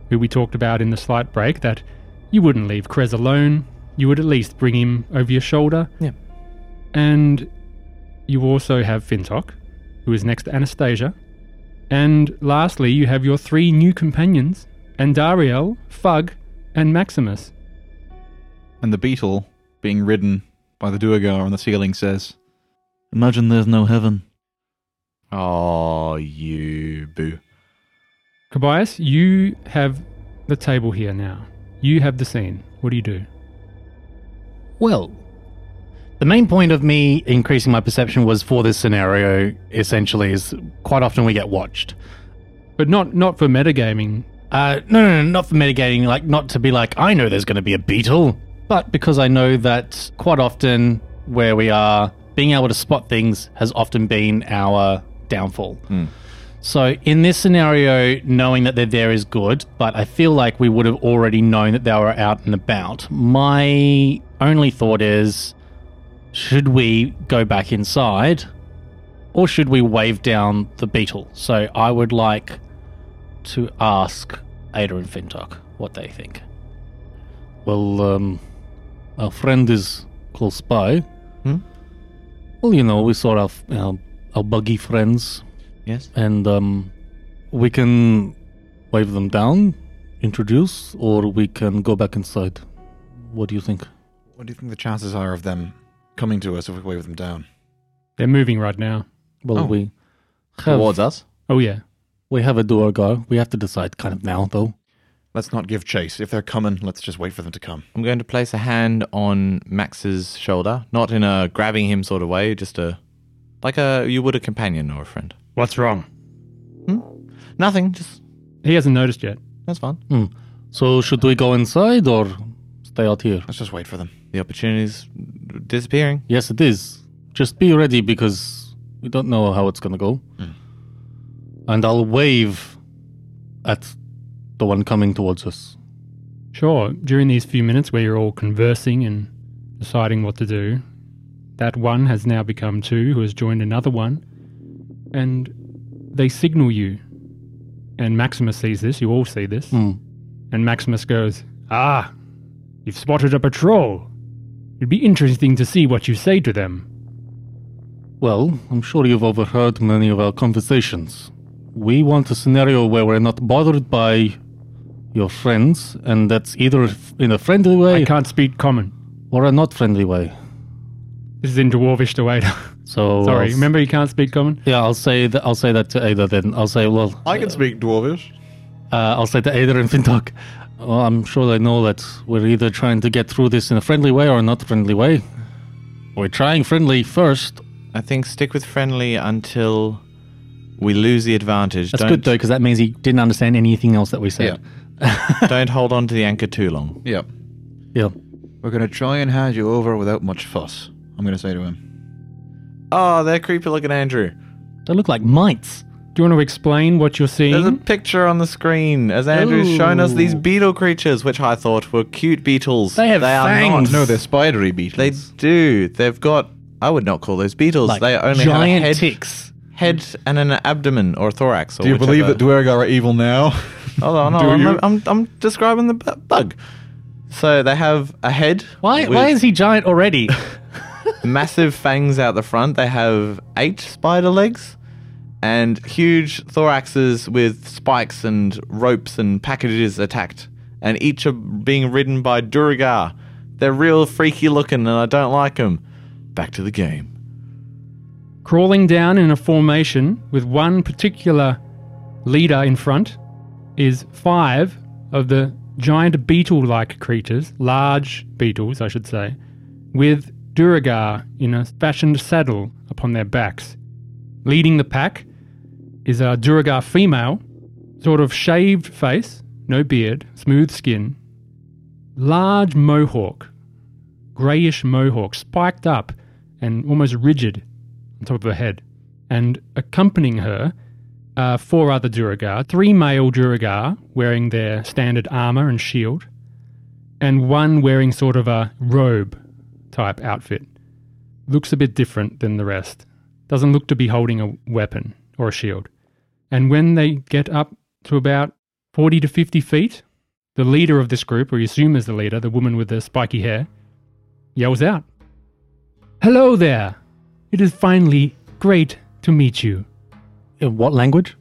C: who we talked about in the slight break, that you wouldn't leave Krez alone. You would at least bring him over your shoulder.
A: Yeah.
C: And you also have Fintok, who is next to Anastasia. And lastly, you have your three new companions, Andariel, Fug, and Maximus.
B: And the beetle, being ridden by the Duergar on the ceiling, says, Imagine there's no heaven.
D: Oh, you boo.
C: Kobayas, you have the table here now. You have the scene. What do you do?
A: Well, the main point of me increasing my perception was for this scenario, essentially, is quite often we get watched.
C: But not not for metagaming.
A: Uh, no, no, no, not for mitigating, like, not to be like, I know there's going to be a beetle, but because I know that quite often where we are, being able to spot things has often been our downfall. So, in this scenario, knowing that they're there is good, but I feel like we would have already known that they were out and about. My only thought is should we go back inside or should we wave down the beetle? So, I would like to ask Ada and Fintok what they think.
F: Well, um, our friend is close by.
D: Hmm?
F: Well, you know, we saw our, f- our our buggy friends.
D: Yes.
F: And um, we can wave them down, introduce, or we can go back inside. What do you think?
B: What do you think the chances are of them coming to us if we wave them down?
C: They're moving right now.
F: Well,
B: Oh.
F: we have
D: Towards us?
C: Oh yeah.
F: we have a do or go. We have to decide kind of now, though.
B: Let's not give chase. If they're coming, let's just wait for them to come.
D: I'm going to place a hand on Max's shoulder, not in a grabbing him sort of way, just a like a you would a companion or a friend. Hmm?
G: What's wrong?
D: Nothing, just
C: He hasn't noticed yet.
D: that's fine.
F: So should we go inside or stay out here?
B: Let's just wait for them.
D: The opportunity's disappearing.
F: Yes, it is. Just be ready because we don't know how it's going to go.
C: Hmm.
F: And I'll wave at the one coming towards us.
C: Sure. During these few minutes where you're all conversing and deciding what to do, that one has now become two, who has joined another one, and they signal you. And Maximus sees this, you all see this.
F: Hmm.
C: And Maximus goes, Ah, you've spotted a patrol. It'd be interesting to see what you say to them.
F: Well, I'm sure you've overheard many of our conversations. We want a scenario where we're not bothered by your friends, and that's either f- in a friendly
C: I
F: way
C: can't speak common.
F: or a not friendly way.
C: This is in Dwarvish to Ada.
F: So
C: Sorry,
F: I'll s-
C: remember you can't speak common?
F: Yeah, I'll say that. I'll say that to Ada. Then I'll say, well,
B: I can speak Dwarvish.
F: Uh, I'll say to Ada and Fintok, well, I'm sure they know that we're either trying to get through this in a friendly way or a not friendly way. We're trying friendly first.
D: I think stick with friendly until we lose the advantage.
A: That's
D: don't,
A: good though, because that means he didn't understand anything else that we said.
D: don't hold on to the anchor too long.
B: Yeah.
F: Yeah.
B: We're going to try and hand you over without much fuss. I'm going to say to him.
D: Oh, they're creepy looking Andrew.
A: They look like mites.
C: Do you want to explain what you're seeing?
D: There's a
A: Mm-hmm.
D: picture on the screen as Andrew's shown us these beetle creatures, which I thought were cute beetles.
A: They have
D: are
A: fangs.
D: not.
B: No, they're spidery beetles.
D: They do. They've got. I would not call those beetles.
A: Like
D: they only
A: giant
D: have a head,
A: ticks.
D: head and an abdomen or thorax. Or
B: do you believe that
D: whichever.
B: Dwergar are evil now?
D: Hold on, hold on. I'm, I'm, I'm describing the bu- bug. So they have a head.
A: Why?
D: with
A: Why is he giant already?
D: massive fangs out the front? They have eight spider legs and huge thoraxes with spikes and ropes and packages attacked. And each are being ridden by Duragar. They're real freaky looking, and I don't like them. Back to the game.
C: crawling down in a formation with one particular leader in front is five of the giant beetle like creatures, large beetles, I should say, with Duragar in a fashioned saddle upon their backs. Leading the pack is a Duragar female, sort of shaved face, no beard, smooth skin, large mohawk, greyish mohawk, spiked up and almost rigid on top of her head. And accompanying her are four other Duragar, three male Duragar wearing their standard armor and shield, and one wearing sort of a robe type outfit. Looks a bit different than the rest. Doesn't look to be holding a weapon or a shield. And when they get up to about 40 to 50 feet, the leader of this group, or you assume is the leader, the woman with the spiky hair, yells out, Hello there! It is finally great to meet you.
A: In what language?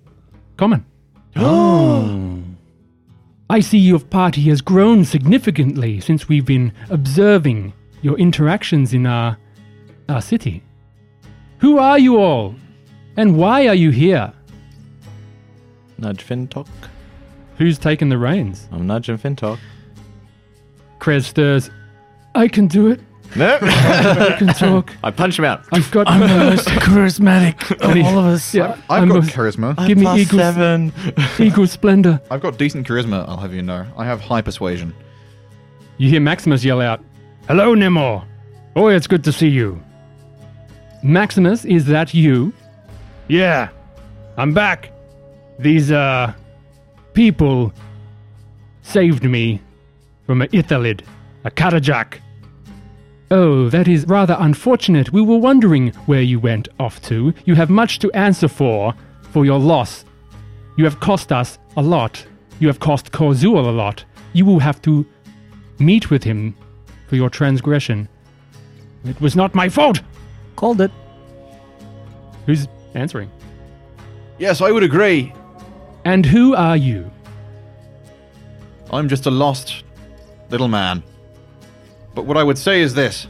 C: Common. I see your party has grown significantly since we've been observing your interactions in our, our city. Who are you all? And why are you here?
D: Nudge Fintok.
C: Who's taken the reins?
D: I'm nudging Fintok.
C: Krez stirs. I can do it.
B: Eh?
C: I can talk.
D: I punch him out.
C: I've got.
A: most charismatic
C: I need-
A: of all of us.
C: yeah,
B: I've
C: I'm
B: got
C: a-
B: charisma.
C: Give me
D: Plus
C: eagles.
D: seven.
C: equal splendor.
B: I've got decent charisma, I'll have you know. I have high persuasion.
C: You hear Maximus yell out,
G: Hello, Nemo. Oh, it's good to see you.
C: Maximus, is that you?
G: Yeah, I'm back. These, uh, people saved me from a Ithalid, a Karajak.
C: Oh, that is rather unfortunate. We were wondering where you went off to. You have much to answer for, for your loss. You have cost us a lot. You have cost Korzul a lot. You will have to meet with him for your transgression.
G: It was not my fault.
A: Called it.
C: Who's answering?
B: Yes, I would agree.
C: And who are you?
B: I'm just a lost little man. But what I would say is this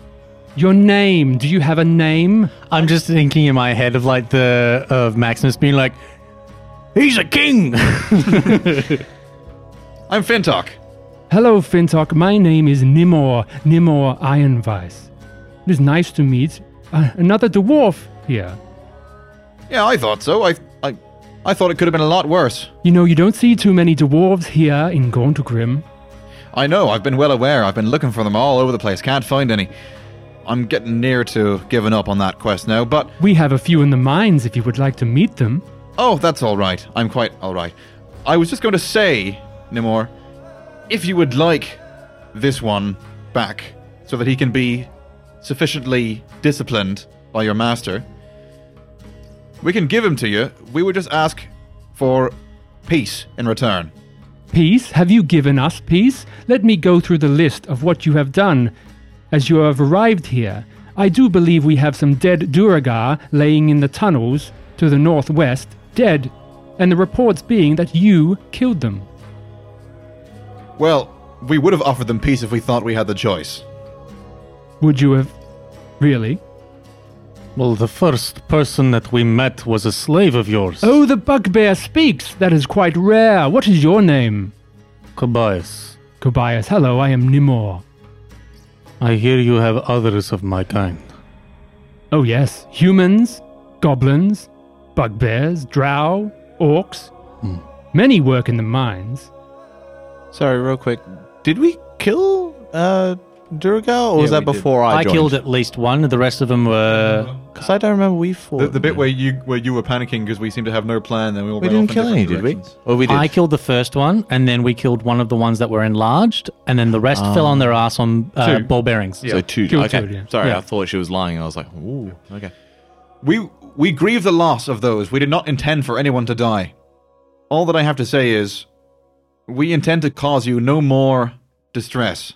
C: Your name. Do you have a name?
A: I'm just thinking in my head of like the of Maximus being like, he's a king.
B: I'm Fintok.
C: Hello, Fintok. My name is Nimor, Nimor Ironvice. It is nice to meet uh, another dwarf here.
B: Yeah, I thought so. I, I, I thought it could have been a lot worse.
C: You know, you don't see too many dwarves here in Gondogrim.
B: I know, I've been well aware. I've been looking for them all over the place. Can't find any. I'm getting near to giving up on that quest now, but
C: We have a few in the mines if you would like to meet them.
B: oh, that's all right. I'm quite all right. I was just going to say, Nimor, if you would like this one back so that he can be sufficiently disciplined by your master, we can give him to you. We would just ask for peace in return.
C: Peace? Have you given us peace? Let me go through the list of what you have done as you have arrived here. I do believe we have some dead Duragar laying in the tunnels to the northwest, dead, and the reports being that you killed them.
B: Well, we would have offered them peace if we thought we had the choice.
C: Would you have really?
F: Well, the first person that we met was a slave of yours.
C: Oh, the bugbear speaks. That is quite rare. What is your name?
F: Cobias.
C: Kobayas. Hello, I am Nimor.
F: I hear you have others of my kind.
C: Oh, yes. Humans, goblins, bugbears, drow, orcs. Many work in the mines.
D: Sorry, real quick. Did we kill uh, Durga, or was
A: Yeah,
D: that
A: we did.
D: before I
A: I,
D: joined?
A: killed at least one. The rest of them were.
D: Because I don't remember we fought.
B: The, the bit where you where you were panicking because we seemed to have no plan, then we all
D: we
B: ran off
D: didn't
B: in
D: kill any,
B: different
D: did we?
B: directions.
D: Or we did?
A: I killed the first one, and then we killed one of the ones that were enlarged, and then the rest fell on their ass on uh,
C: Two.
A: ball bearings.
D: So two.
C: Killed
D: okay.
C: two, yeah.
D: Sorry,
A: Yeah.
D: I thought she was lying. I was like, ooh, okay.
B: We we grieve the loss of those. We did not intend for anyone to die. All that I have to say is, we intend to cause you no more distress.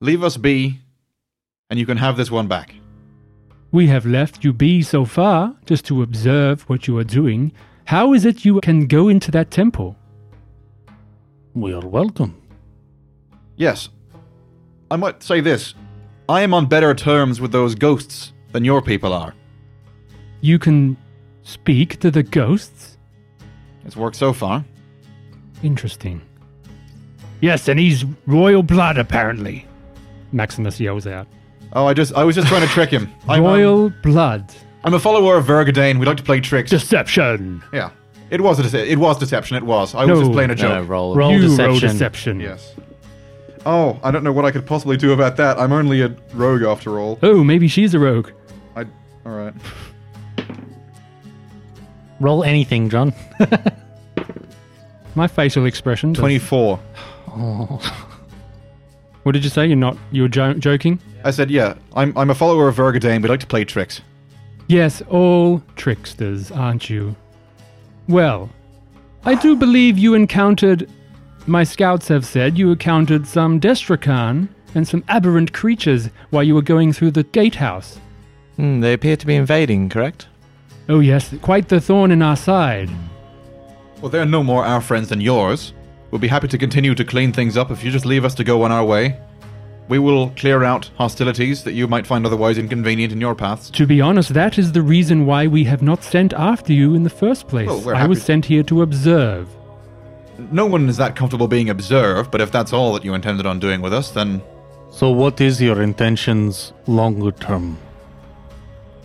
B: Leave us be, and you can have this one back.
C: We have left you be so far just to observe what you are doing. How is it you can go into that temple?
F: We are welcome.
B: Yes, I might say this: I am on better terms with those ghosts than your people are.
C: You can speak to the ghosts?
B: It's worked so far.
C: Interesting.
G: Yes, and he's royal blood, apparently.
C: Maximus yells out.
B: Oh, I just I was just trying to trick him. I'm, um,
C: Royal blood.
B: I'm a follower of Vergadane. We like to play tricks.
G: Deception.
B: yeah. It was a dece- it was deception. It was. I was just
C: No.
B: playing a
D: No, no,
B: joke.
D: roll.
A: Roll
C: you roll
A: deception.
C: deception.
B: Yes. Oh, I don't know what I could possibly do about that. I'm only a rogue after all.
C: Oh, maybe she's a rogue.
B: I all right.
A: Roll anything, John.
C: My facial expression. does-
B: Twenty-four.
C: What did you say? You're not. You were jo- joking.
B: I said, yeah. I'm I'm a follower of Vergadane. We like to play tricks.
C: Yes, all tricksters, aren't you? Well, I do believe you encountered. My scouts have said you encountered some Destrakan and some aberrant creatures while you were going through the gatehouse.
D: Hmm, they appear to be invading, correct?
C: Oh, yes, quite the thorn in our side.
B: Well, they're no more our friends than yours. We'll be happy to continue to clean things up if you just leave us to go on our way. We will clear out hostilities that you might find otherwise inconvenient in your paths.
C: To be honest, that is the reason why we have not sent after you in the first place.
B: Well, we're
C: I was
B: happy-
C: sent here to observe.
B: No one is that comfortable being observed, but if that's all that you intended on doing with us, then
F: So, what is your intentions longer term?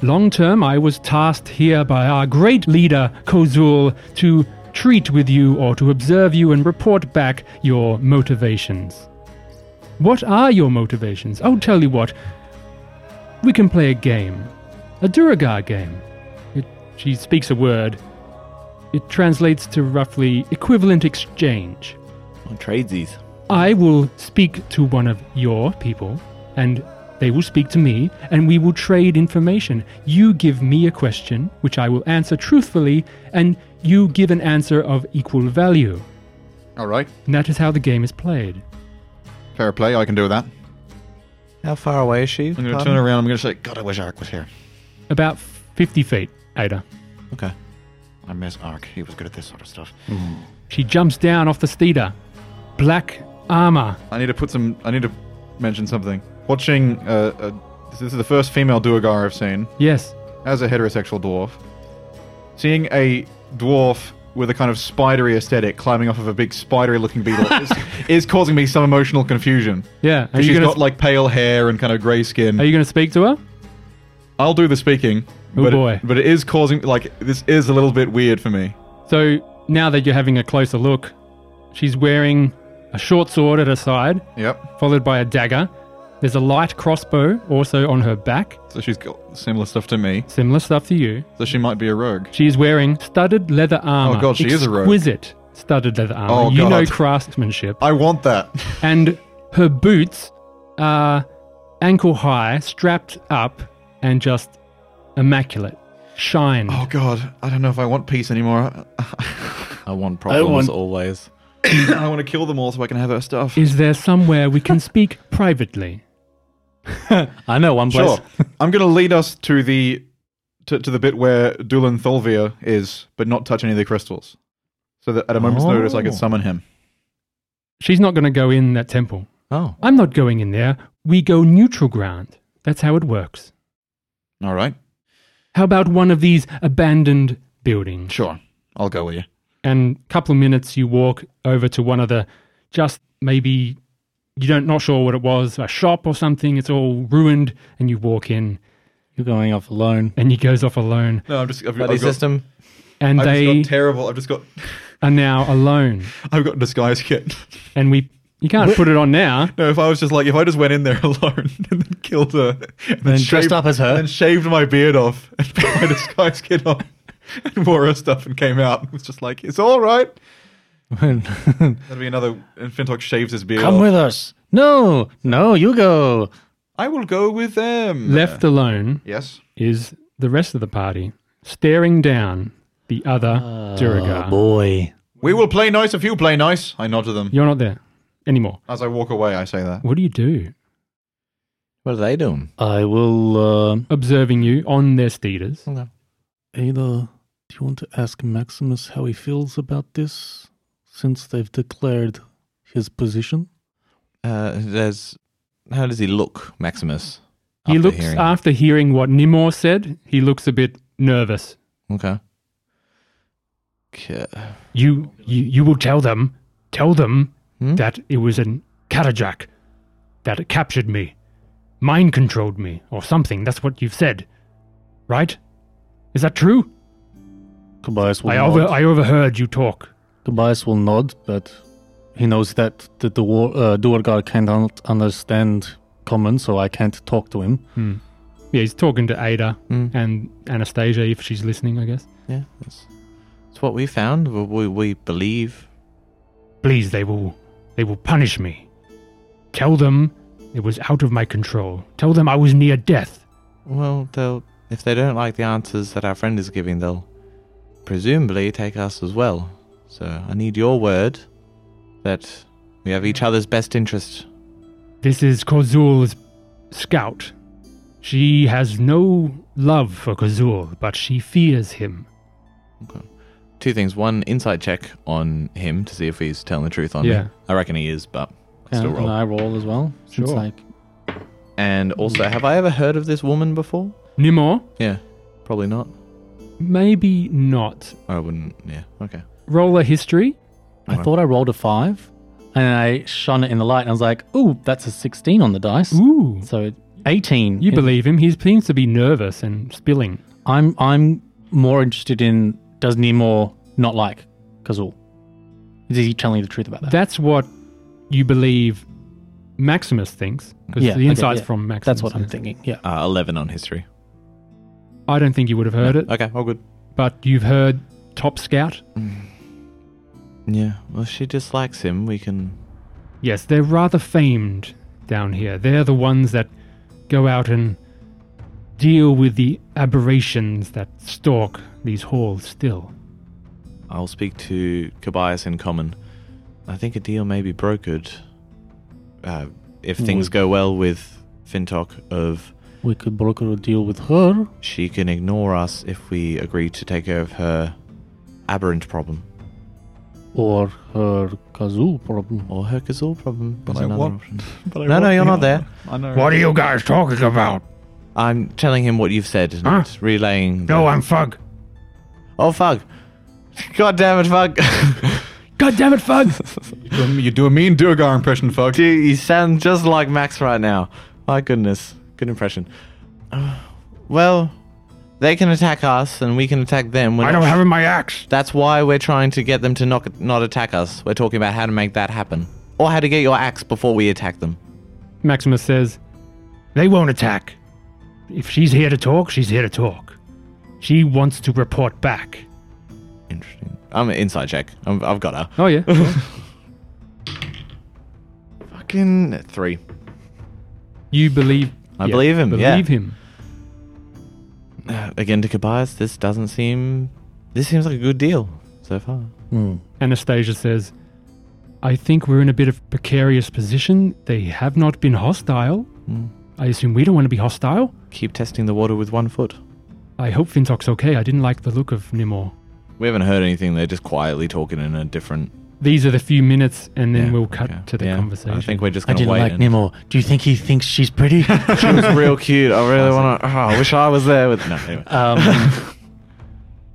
C: Long term, I was tasked here by our great leader, Kozul, to treat with you or to observe you and report back your motivations. What are your motivations? I'll tell you what. We can play a game, a Duragar game. It, she speaks a word. It translates to roughly equivalent exchange.
D: On tradesies.
C: I will speak to one of your people, and they will speak to me, and we will trade information. You give me a question, which I will answer truthfully, and you give an answer of equal value.
B: all right,
C: And that is how the game is played.
B: fair play. I can do that.
D: How far away is she?
B: I'm gonna turn around. I'm gonna say, God, I wish Ark was here.
C: About 50 feet, Ada.
D: Okay.
B: I miss Ark. He was good at this sort of stuff.
C: She jumps down off the steeder. Black armor.
B: I need to put some. I need to mention something. Watching. Uh, uh, this is the first female Duergar I've seen
C: Yes.
B: as a heterosexual dwarf. Seeing a dwarf with a kind of spidery aesthetic climbing off of a big spidery-looking beetle is, is causing me some emotional confusion.
C: Yeah. Are
B: She's
C: you
B: got
C: going
B: like pale hair and kind of grey skin.
C: to speak to her?
B: I'll do the speaking.
C: Oh,
B: but
C: boy.
B: It, but it is causing like this is a little bit weird for me.
C: So now that you're having a closer look, she's wearing a short sword at her side.
B: Yep.
C: followed by a dagger. There's a light crossbow also on her back,
B: So she's got similar stuff to me.
C: similar stuff to you.
B: So she might be a rogue.
C: She's wearing studded leather armor.
B: Oh, God, she is a rogue.
C: Exquisite studded leather armor.
B: Oh,
C: you know
B: God.
C: craftsmanship.
B: I want that.
C: And her boots are ankle high, strapped up, and just immaculate. Shine.
B: Oh God, I don't know if I want peace anymore.
D: I want problems
F: want-
D: always.
B: I want to kill them all so I can have her stuff.
C: Is there somewhere we can speak privately?
A: I know one place.
B: Sure. I'm going to lead us to the to, to the bit where Dulan Tholvir is, but not touch any of the crystals, so that at a moment's notice I can
D: Oh.
B: summon him.
C: She's not going to go in that temple.
D: Oh.
C: I'm not going in there. We go neutral ground. That's how it works.
B: All right.
C: How about one of these abandoned buildings?
B: Sure. I'll go with you.
C: And a couple of minutes, you walk over to one of the just maybe you don't not sure what it was a shop or something. It's all ruined, and you walk in,
A: You're going off alone.
C: and he goes off alone,
B: No, I'm just. I've,
D: Buddy
B: I've got,
D: system.
C: and
B: I've
C: they
B: just got terrible. I've just got.
C: are now alone.
B: I've got a disguise kit.
C: And we you can't put it on now.
B: No, if I was just like, if I just went in there alone and then killed her, and then,
A: dressed up as her?
B: and then shaved my beard off and put my disguise kit on and wore her stuff and came out and was just like, it's all right. That'd be another. And Fintok shaves his beard.
A: Come
B: off.
A: with us. No, no, you go.
B: I will go with them.
C: Left alone
B: Yes.
C: is the rest of the party staring down the other Duragar.
A: Boy.
B: We will play nice if you play nice. I nod to them.
C: You're not there anymore.
B: As I walk away, I say that.
C: What do you do?
D: What are they doing?
A: I will. Uh,
C: Observing you on their steeders.
F: Ada, do you want to ask Maximus how he feels about this since they've declared his position?
D: Uh, there's. How does he look, Maximus?
C: He
D: after
C: looks
D: hearing-
C: after hearing what Nimor said. He looks a bit nervous.
D: Okay. Okay.
G: You, you, you will tell them Tell them
D: Hmm?
G: that it was an Karajak that captured me, mind controlled me, or something. That's what you've said, right? Is that true?
F: Tobias will
G: I,
F: nod.
G: over, I overheard you talk.
F: Tobias will nod, but he knows that the Duer, uh, Duergar cannot understand common, so I can't talk to him.
C: Yeah, he's talking to Ada
D: Mm.
C: and Anastasia if she's listening, I guess.
D: Yeah, that's, that's what we found. We, we, we believe.
G: Please, they will, they will punish me. Tell them it was out of my control. Tell them I was near death.
D: Well, they'll if they don't like the answers that our friend is giving, they'll presumably take us as well. So I need your word that we have each other's best interest.
G: This is Kozul's scout. She has no love for Kozul, but she fears him.
D: Two things: one, insight check on him to see if he's telling the truth on
C: Yeah.
D: me. I reckon he is, but I still
A: Can
D: roll.
A: I roll as well? Since
C: Sure.
A: I-
D: And also, have I ever heard of this woman before?
C: Nimor?
D: Yeah, probably not. Oh,
C: Maybe not.
D: I wouldn't. Yeah, okay.
C: Roller history?
A: I thought I rolled a five, and I shone it in the light, and I was like, "Ooh, that's a sixteen on the dice."
C: Ooh.
A: So eighteen.
C: You
A: in-
C: believe him. He seems to be nervous and spilling.
A: I'm I'm more interested in does Nemo not like Kazul? Is he telling you the truth about that?
C: That's what you believe Maximus thinks. Because
A: Yeah,
C: the
A: okay,
C: insight's
A: yeah.
C: from Maximus.
A: That's what I'm
C: yeah.
A: thinking. Yeah.
D: Uh, Eleven on history.
C: I don't think you would have heard it,
D: Okay, all good.
C: but you've heard Top Scout.
D: Yeah. Well, if she dislikes him. We can.
C: Yes, they're rather famed down here. They're the ones that go out and deal with the aberrations that stalk these halls still.
D: I'll speak to Kobayas in common. I think a deal may be brokered. Uh, if things
E: Hmm.
D: go well with Fintok, of
F: We could broker a deal with her.
D: she can ignore us if we agree to take care of her aberrant problem
F: Or her kazoo problem.
D: or her Kazul problem.
E: But
D: is
E: I
D: another
E: want-
D: option.
E: But I
D: No,
E: want
D: no, you're
E: the
D: not there.
E: answer. I know.
G: What are you guys talking about?
D: I'm telling him what you've said, and
G: Huh?
D: relaying. the-
G: No, I'm Fug.
D: Oh fuck! God damn it, fuck!
C: God damn it, Fug!
E: You do a- You do a mean Durgar impression, fuck.
D: Dude, you sound just like Max right now. My goodness. Good impression. Uh, well, they can attack us and we can attack them. We're
G: I
D: not-
G: don't have my axe.
D: That's why we're trying to get them to not, not attack us. We're talking about how to make that happen. Or how to get your axe before we attack them.
C: Maximus says,
G: They won't attack. If she's here to talk, she's here to talk. She wants to report back.
D: Interesting. I'm an inside check. I'm, I've got her.
C: Oh, yeah.
D: Fucking three.
C: you believe.
D: I believe him,
C: Believe
D: yeah.
C: him.
D: Uh, Again, to Kobayas, this doesn't seem. This seems like a good deal so far.
C: Anastasia says, I think we're in a bit of precarious position. They have not been hostile.
D: Hmm.
C: I assume we don't want to be hostile.
D: Keep testing the water with one foot.
C: I hope Fintok's okay. I didn't like the look of Nimor.
D: We haven't heard anything. They're just quietly talking in a different
C: These are the few minutes, and then
D: Yeah,
C: we'll cut
D: okay.
C: to the
D: Yeah,
C: conversation.
D: I think we're just
A: I
D: going to
A: didn't
D: wait.
A: like
D: and-
A: Nemo. Do you think he thinks she's pretty?
D: she was real cute. I really want to. Oh, I wish I was there with. No, anyway.
C: Uh,
A: um,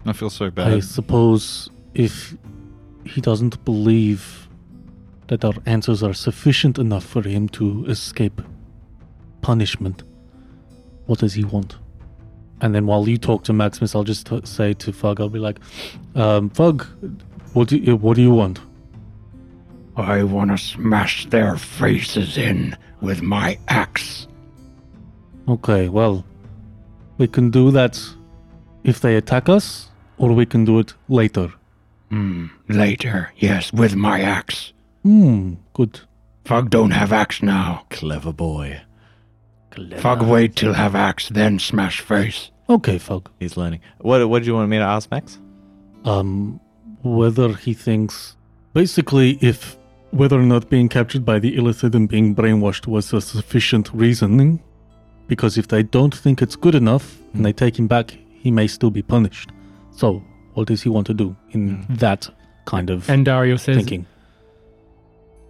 E: I feel so
F: I
E: bad.
F: suppose if he doesn't believe that our answers are sufficient enough for him to escape punishment, what does he want? And then while you talk to Maximus, I'll just t- say to Fug, I'll be like, um, Fug, what do, you, what do you want?
G: I want to smash their faces in with my axe.
F: Okay, well, we can do that if they attack us, or we can do it later.
G: Later, yes, with my axe.
F: Hmm, good.
G: Fug don't have axe now.
D: Clever boy.
G: Fug wait till have axe, then smash face.
F: Okay, Fug.
D: He's learning. What What do you want me to ask, Max?
F: um, whether he thinks basically if whether or not being captured by the illicit and being brainwashed was a sufficient reasoning because if they don't think it's good enough and they take him back he may still be punished so what does he want to do in
A: Mm-hmm.
F: that kind of
C: and Dario says
F: thinking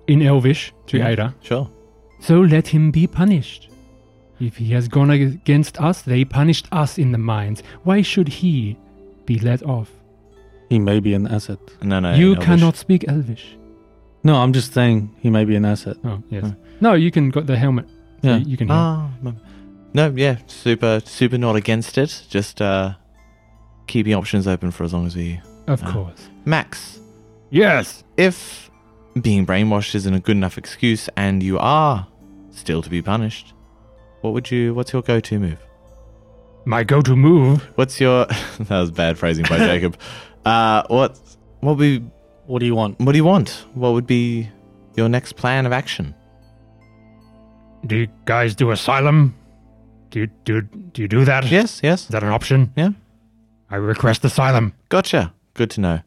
C: in Elvish to Ada,
D: Sure.
C: So let him be punished. If he has gone ag- against us, they punished us in the mines. Why should he be let off?
F: he may be an asset
D: No, no.
C: you
D: Uh, Elvish.
C: cannot speak Elvish.
A: No, I'm just saying he may be an asset.
C: Oh, yes. No, you can got the helmet. So
A: Yeah.
C: you- You can hear.
D: Ah, mm. no, yeah, super, super not against it. Just uh, keeping options open for as long as we.
C: of
D: ah.
C: course.
D: Max,
G: Yes.
D: if being brainwashed isn't a good enough excuse and you are still to be punished, what would you? What's your go-to move?
G: My go-to move.
D: What's your? that was bad phrasing by Jacob. Uh, what? What would be?
A: What do you want?
D: What do you want? What would be your next plan of action?
G: Do you guys do asylum? Do you do do you do that? Is
D: Yes, yes.
G: that an option?
D: Yeah.
G: I request asylum.
D: Gotcha. Good to know.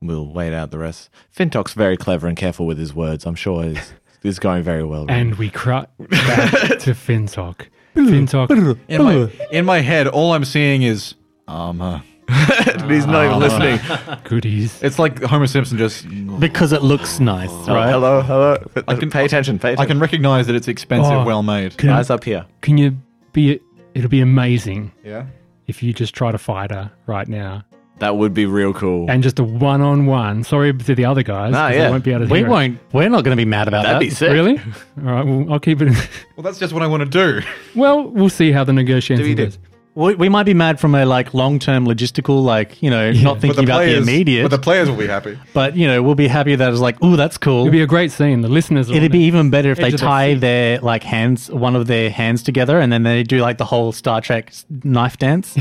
D: We'll wait out the rest. Fintok's very clever and careful with his words. I'm sure is is going very well.
C: And we cry back to Fintok. Fintok.
B: In my, in my head, all I'm seeing is um, uh, armor.
D: he's not even listening.
C: goodies.
B: It's like Homer Simpson just.
A: Because it looks nice, right?
D: Hello, hello. I
B: can-
D: can, pay attention. Pay attention.
B: I can recognize that it's expensive,
C: Oh.
B: well made.
C: Can,
D: eyes up here.
C: can you be? It'll be amazing
B: Yeah.
C: if you just try to fight her right now.
D: That would be real cool.
C: And just a one on one. Sorry to the other guys.
D: Nah,
C: 'cause
D: yeah.
C: They won't be able to
A: We
C: hear it.
A: won't. We're not going to be mad about
D: That'd
A: that.
D: be sick.
C: Really? All right. Well, I'll keep it.
B: Well, that's just what I want to do.
C: Well, we'll see how the negotiation
B: do.
C: goes.
A: We, we might be mad from a like long-term logistical, like you know, not thinking about the immediate, but,
B: players will be happy.
A: you know, we'll be happy that it's like, oh, that's cool.
C: It'll be a great scene. The listeners. will
A: It'd be even better if
C: Edge
A: they
C: of their
A: tie their like hands, one of their hands together, and then they do like the whole Star Trek s- knife dance.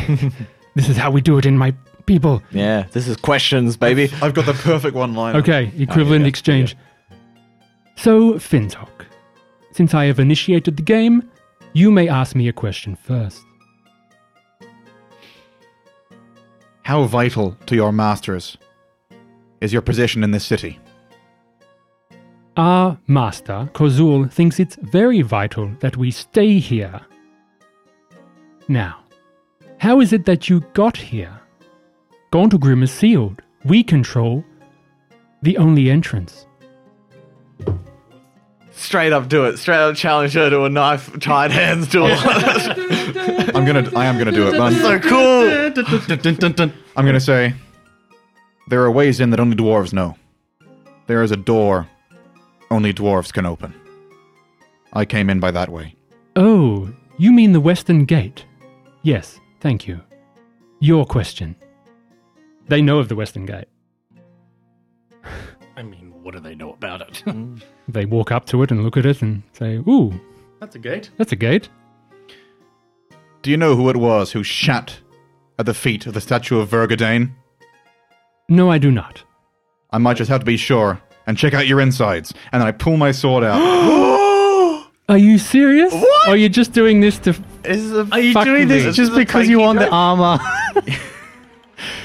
G: This is how we do it in my people.
D: yeah, this is questions, baby.
B: I've got the perfect one line.
C: Okay, equivalent exchange. So, Fintok, since I have initiated the game, you may ask me a question first.
B: How vital to your masters is your position in this city?
C: Our master, Kozul, thinks it's very vital that we stay here. Now, how is it that you got here? Gontogrim is sealed. We control the only entrance.
D: Straight up, do it. Straight up, challenge her to a knife, tied hands duel.
B: I'm gonna. I am gonna do it. That's
D: so cool.
B: I'm gonna say there are ways in that only dwarves know. There is a door only dwarves can open. I came in by that way.
C: Oh, you mean the Western Gate? Yes, thank you. Your question. They know of the Western Gate.
A: I mean, what do they know about it?
C: They walk up to it and look at it and say, Ooh,
A: that's a gate.
C: that's a gate.
B: Do you know who it was who shat at the feet of the statue of Vergadane?
C: No, I do not.
B: I might just have to be sure and check out your insides. And then I pull my sword out.
C: Are you serious? What? Are you just doing this to.
A: Are you
C: Fuck
A: doing
C: me.
A: this just because you want the armor?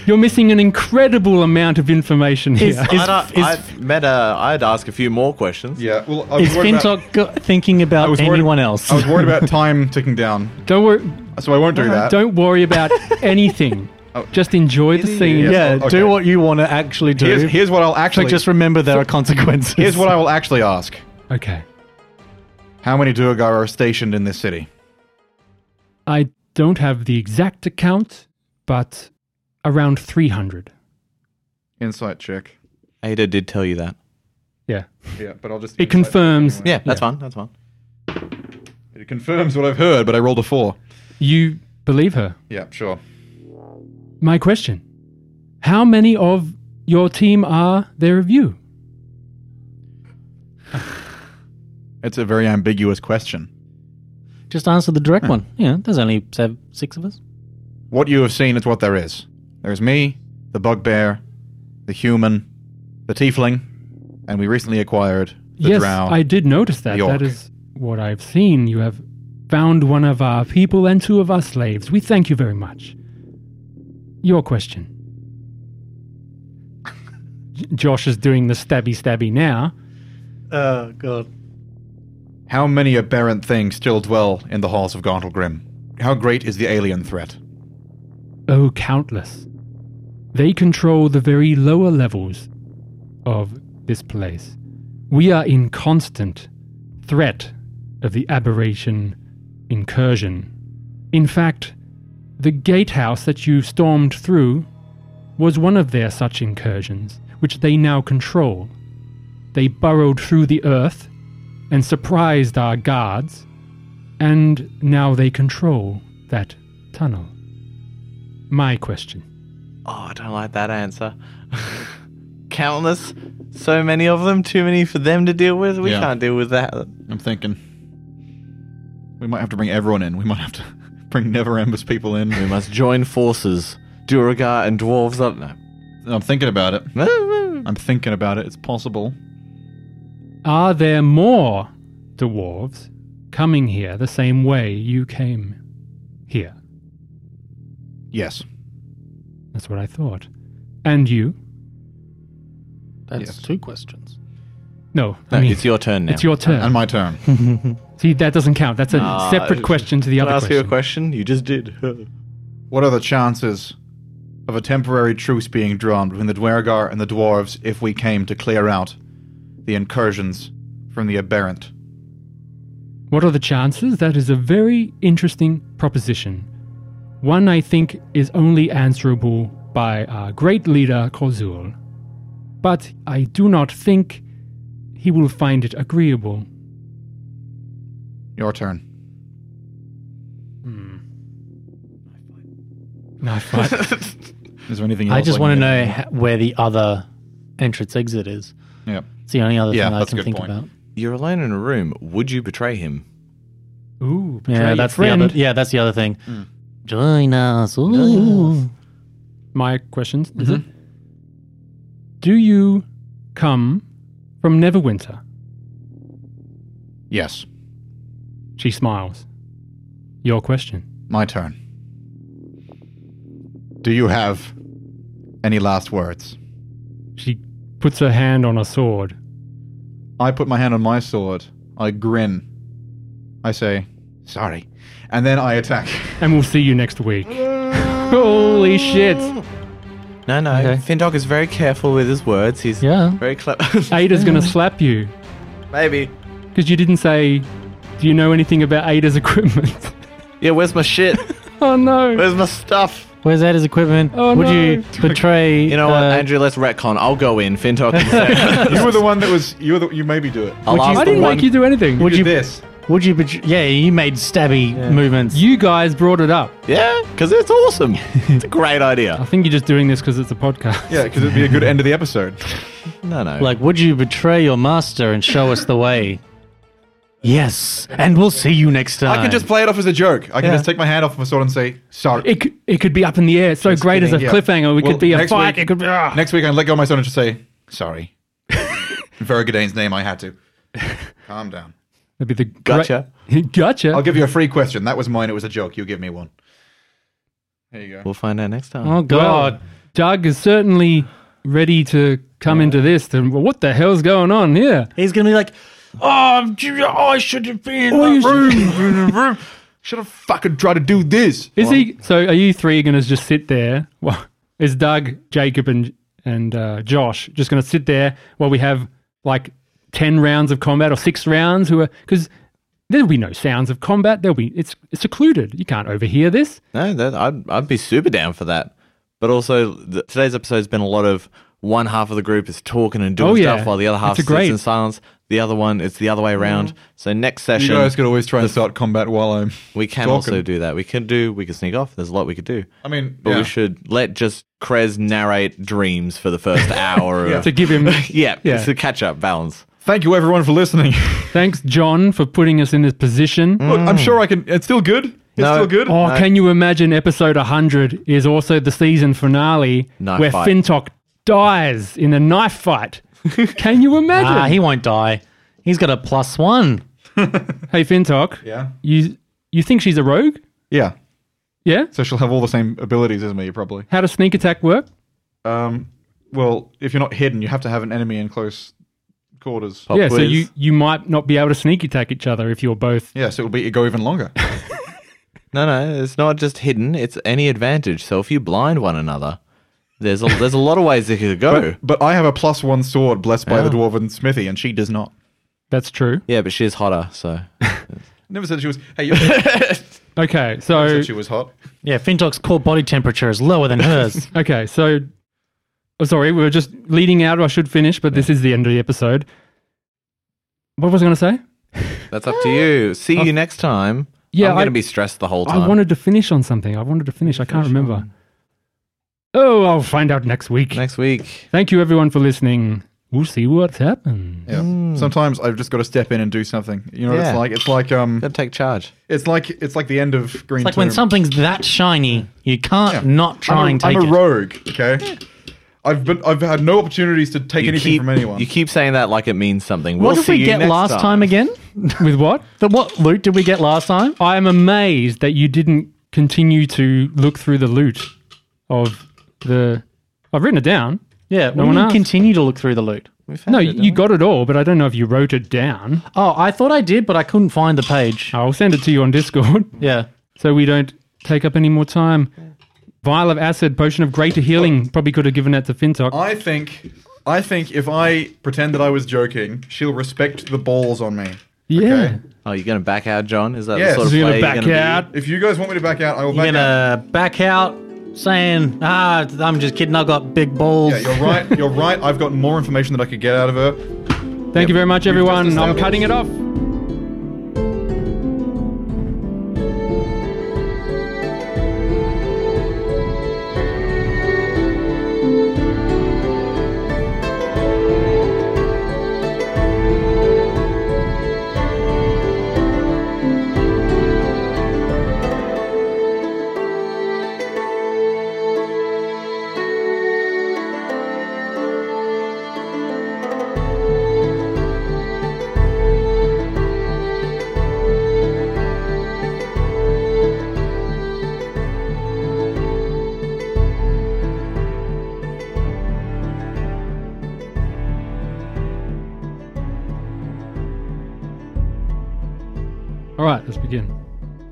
C: You're missing an incredible amount of information here.
A: Is, is,
D: I'd, a-
A: is,
D: I'd, Meta, I'd ask a few more questions.
B: yeah. Well, I
A: is Fintok go- thinking about
B: worried-
A: anyone else?
B: I was worried about time ticking down,
C: don't, worry,
B: so I won't do that.
C: don't worry about anything. Just enjoy the scene.
A: Oh. yeah,
B: okay.
A: do what you want to actually do.
B: Here's, here's what I'll
A: but
B: actually.
A: just remember there are consequences.
B: here's what I will actually ask.
C: Okay.
B: How many Duergar are stationed in this city?
C: I don't have the exact account, but around 300.
B: Insight check.
D: Ada did tell you that.
C: Yeah.
B: Yeah, but I'll just.
C: It confirms
D: Yeah, that's fine. That's fine.
B: It confirms what I've heard, but I rolled a four.
C: you believe her.
B: Yeah, sure.
C: My question How many of your team are there of you?
B: It's a very ambiguous question.
A: Just answer the direct one. Yeah, there's only seven, six of us.
B: What you have seen is what there is. There's me, the bugbear, the human, the tiefling, and we recently acquired the
C: yes,
B: drow.
C: I did notice that.
B: the orc.
C: That is what I've seen. You have found one of our people and two of our slaves. We thank you very much. Your question. J- Josh is doing the stabby stabby now.
A: Oh god.
B: How many aberrant things still dwell in the halls of Gauntlegrim? How great is the alien threat?
C: Oh, countless. They control the very lower levels of this place. We are in constant threat of the aberration incursion. In fact, the gatehouse that you stormed through was one of their such incursions, which they now control. They burrowed through the earth and surprised our guards, and now they control that tunnel. My question.
D: Oh, I don't like that answer. Countless, so many of them, too many for them to deal with. We
B: Yeah.
D: can't deal with that.
B: I'm thinking we might have to bring everyone in. We might have to bring Never Ember's people in.
D: We must join forces. Duragar and dwarves up.
B: I'm thinking about it.
D: No.
B: I'm thinking about it. It's possible.
C: Are there more dwarves coming here the same way you came here?
B: Yes.
C: That's what I thought. And you?
F: That's two questions.
C: No,
D: No,
C: I mean,
D: it's your turn now.
C: it's your turn.
B: And my turn.
C: See, that doesn't count. That's a
D: Ah,
C: separate
D: it-
C: question to the
D: Can I
C: other
D: ask you a
C: question.
D: question? You just did.
B: What are the chances of a temporary truce being drawn between the Dwergar and the dwarves if we came to clear out the incursions from the aberrant?
C: What are the chances? That is a very interesting proposition. One I think is only answerable by our great leader, Kozul. But I do not think he will find it agreeable.
B: Your turn.
C: No, but
B: Is there anything else?
A: I just
B: can
A: want to
B: get?
A: know ha- where the other entrance exit is.
B: Yeah.
A: It's the only other
B: Yeah,
A: thing I
B: that's
A: can
B: a good
A: think
B: point.
A: about.
D: You're alone in a room. Would you betray him?
C: Ooh, betray
A: yeah,
C: your
A: that's
C: friend.
A: the other. Yeah, that's the other thing. Join us. Ooh.
C: My questions. Is it? Do you come from Neverwinter?
B: Yes.
C: She smiles. Your question.
B: My turn. Do you have any last words?
C: She puts her hand on a sword.
B: I put my hand on my sword. I grin. I say, sorry. And then I attack.
C: And we'll see you next week. Holy shit.
D: No, no.
A: Okay.
D: Findog is very careful with his words. He's
A: Yeah.
D: very clever.
C: Ada's gonna slap you.
D: Maybe.
C: Because you didn't say, Do you know anything about Ada's equipment?
D: Yeah, where's my shit?
C: oh no.
D: Where's my stuff?
A: Where's Ada's equipment?
C: Oh,
A: Would
C: no.
A: you betray?
D: You know what,
A: uh,
D: Andrew? Let's retcon. I'll go in. Fintog can say.
B: you were the one that was. You were. The, you maybe do it.
D: I'll ask
C: I
D: the
C: didn't
D: one.
C: make you do anything.
A: Would you?
B: this.
A: Would you? Betray, yeah, you made stabby movements.
C: You guys brought it up.
D: Yeah, because it's awesome. it's a great idea.
C: I think you're just doing this because it's a podcast.
B: Yeah, because it'd be a good end of the episode.
D: No, no.
A: like, would you betray your master and show us the way? Yes, and we'll see you next time.
B: I can just play it off as a joke. I can
D: Yeah.
B: just take my hand off my sword and say, sorry.
C: It could, it could be up in the air. It's so great
B: kidding,
C: as a
B: yeah.
C: cliffhanger. We
B: Well,
C: could be a
B: next
C: fight.
B: week-
C: It could be. ah.
B: Next week I let go of my sword and just say, sorry. In Verigadane's name, I had to. Calm down.
C: That'd be the
D: Gotcha.
C: great- gotcha.
B: I'll give you a free question. That was mine. It was a joke. You give me one. There you go.
D: We'll find out next time.
A: Oh God.
C: Well, Doug is certainly ready to come into this. Then well, what the hell's going on here?
A: He's gonna be like,
B: Oh, gee, I should have been in that room. room. Should have fucking tried to do this.
C: Is he? So are you three going to just sit there? Well, is Doug, Jacob, and and uh, Josh just going to sit there while we have like ten rounds of combat or six rounds? Who are because there'll be no sounds of combat. There'll be it's it's secluded. You can't overhear this.
D: No, that, I'd, I'd be super down for that. But also, th- today's episode's been a lot of one half of the group is talking and doing
C: Oh, yeah.
D: stuff while the other half
C: That's a
D: sits
C: great-
D: in silence. The other one, it's the other way around. So next
B: You
D: session,
B: guys could always try and start combat while I'm.
D: we can
B: talking.
D: also do that. We can do, we can sneak off. There's a lot we could do.
B: I mean,
D: But
B: yeah.
D: we should let just Krez narrate dreams for the first hour. yeah.
C: To give him
D: yeah,
C: Yeah.
D: it's a catch up balance.
B: Thank you, everyone, for listening.
C: thanks, John, for putting us in this position.
B: Look, I'm sure I can. It's still good. It's
D: No.
B: still good.
D: Uh,
C: Oh, can you imagine episode 100 is also the season finale
D: Knife
C: where
D: fight.
C: Fintok dies in a knife fight? Can you imagine?
A: ah, he won't die. He's got a plus one.
C: hey, Fintok,
B: Yeah.
C: you you think she's a rogue?
B: Yeah.
C: Yeah?
B: So she'll have all the same abilities as me, probably.
C: How does sneak attack work?
B: Um, well, if you're not hidden, you have to have an enemy in close quarters.
D: Pop
C: yeah, so
D: Oh, quiz.
C: you, you might not be able to sneak attack each other if you're both.
B: Yeah, so it'll be go even longer.
D: No, no, it's not just hidden. It's any advantage. So if you blind one another, there's a, there's a lot of ways it could go.
B: but, but I have a plus one sword blessed by the dwarven smithy, and she does not.
C: That's true.
D: yeah, but she's hotter, so
B: Never said she was. Hey, you never
C: Okay, so
B: said she was hot.
A: Yeah, Fintok's core body temperature is lower than hers.
C: okay, so Oh, sorry, we were just leading out. I should finish, but this is the end of the episode. What was I going to say?
D: That's up to you. See you next time.
C: Yeah,
D: I'm going
C: I-
D: to be stressed the whole time.
C: I wanted to finish on something. I wanted to finish. I can't remember. Oh, I'll find out next week.
D: next week.
C: Thank you, everyone, for listening. We'll see what's happened.
B: Yeah. Sometimes I've just got to step in and do something. You know what
D: Yeah.
B: it's like? It's like um,
D: Got to take charge.
B: it's like it's like the end of Green.
A: Like when
B: Tomb.
A: something's that shiny, you can't
B: Yeah.
A: not try
B: I'm a-
A: and take
B: I'm a
A: it.
B: rogue. Okay. I've been I've had no opportunities to take anything
D: keep,
B: from anyone.
D: You keep saying that like it means something. We'll
A: what did
D: see
A: we
D: you
A: get
D: next
A: last time again?
C: With what?
A: The, what loot did we get last time?
C: I am amazed that you didn't continue to look through the loot of the. I've written it down.
A: Yeah,
C: one
A: we didn't
C: asked.
A: continue to look through the loot.
D: We found
C: No,
D: it, didn't
C: you
D: we?
C: got it all, but I don't know if you wrote it down.
A: Oh, I thought I did, but I couldn't find the page.
C: I'll send it to you on Discord
A: Yeah.
C: so we don't take up any more time. Vial of acid, potion of greater healing. Probably could have given that to Fintok.
B: I think I think if I pretend that I was joking, she'll respect the balls on me.
C: yeah.
B: okay.
D: Oh, you're going to back out, John? Is that
B: Yes.
D: the sort of
B: You're
D: play
C: gonna
D: you're
C: back
D: going to
C: out?
B: If you guys want me to back out, I will
A: You're
B: back out.
C: uh,
A: gonna back out saying, ah, I'm just kidding, I've got big balls.
B: Yeah, you're right. You're right. I've got more information that I could get out of her.
C: Thank you very much, everyone. I'm
B: established-
C: cutting it off. All right, let's begin.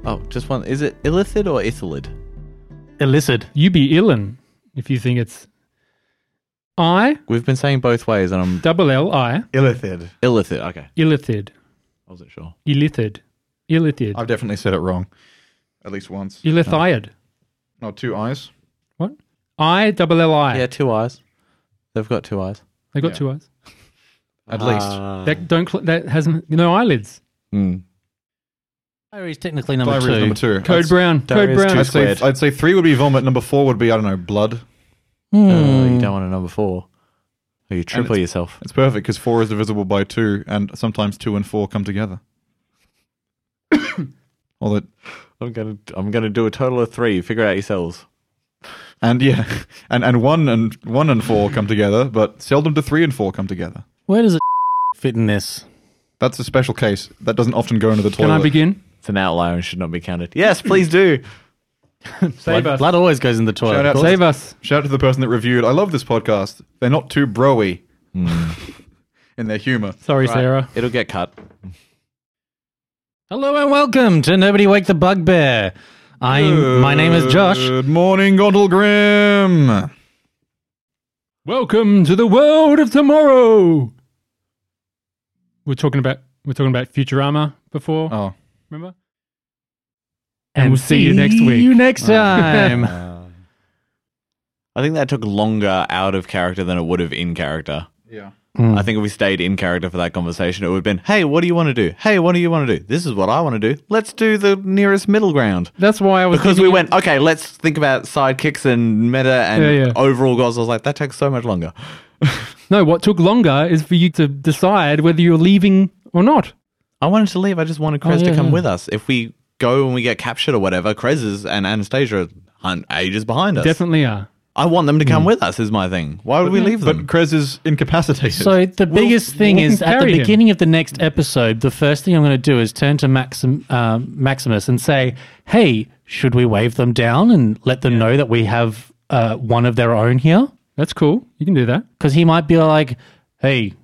D: Oh, just one. Is it illithid or ithalid?
A: Illicit.
C: You be Illin if you think it's I
D: We've been saying both ways, and I'm
C: double L I
B: Illithid.
D: illithid. Okay,
C: illithid
D: I wasn't sure.
C: illithid illithid
B: I've definitely said it wrong, at least once.
C: illithiad.
B: No, two eyes.
C: What? I double L I.
D: Yeah, two eyes. They've got two eyes. Ah.
C: They got
B: yeah.
C: two eyes.
B: At
D: Uh,
C: That don't cl- that hasn't no eyelids.
D: Mm.
A: Diary is technically
B: least.
A: number
B: Diary is
A: two.
B: number two.
C: Code
B: I'd-
C: brown. Code
D: Darius
C: brown.
B: I'd say,
D: Squared.
B: I'd say three would be vomit. Number four would be I don't know blood.
D: Uh, you don't want a number four. Or you triple
B: it's-
D: yourself.
B: It's perfect because four is divisible by two, and sometimes two and four come together. All that,
D: I'm gonna I'm gonna do a total of three. Figure out yourselves.
B: and yeah, and and one and one and four come together, but seldom do three and four come together.
A: Where does it fit in this?
B: That's a special case that doesn't often go into the toilet.
C: Can I begin?
D: It's an outlier and should not be counted. Yes, please do.
C: Save us.
A: Blood always goes in the toilet.
B: Shout out,
C: Save us.
B: shout out to the person that reviewed. I love this podcast. They're not too broy
A: Hmm.
B: in their humor.
C: Sorry, Sarah.
D: It'll get cut.
A: Hello and welcome to Nobody Wake the Bugbear. I am my name is Josh.
B: Good morning, Gondel Grim.
C: Welcome to the world of tomorrow. We're talking about we're talking about Futurama before.
B: Oh,
C: Remember? And we'll see you next week.
A: See you next time.
D: Um. I think that took longer out of character than it would have in character.
B: yeah.
C: Hmm.
D: I think if we stayed in character for that conversation, it would have been, hey, what do you want to do? Hey, what do you want to do? This is what I want to do. Let's do the nearest middle ground.
C: That's why I was
D: Because we
C: thinking-
D: went, okay, let's think about sidekicks and meta and
C: Yeah, yeah.
D: overall goals. I was like, that takes so much longer.
C: No, what took longer is for you to decide whether you're leaving or not.
D: I wanted to leave. I just wanted Krez
C: Oh, yeah,
D: to come
C: yeah.
D: with us. If we go and we get captured or whatever, Krez is, and Anastasia are ages behind us.
C: Definitely Hmm. are.
D: I want them to come with us, is my thing. Why would we leave
B: But
D: them?
B: Krez is incapacitated.
A: So the biggest thing
C: we'll
A: is at the
C: carry him.
A: beginning of the next episode, the first thing I'm going to do is turn to Maxim, um Maximus and say, "Hey, should we wave them down and let them know that we have uh, one of their own here?"
C: That's cool. You can do that.
A: Because he might be like, "Hey,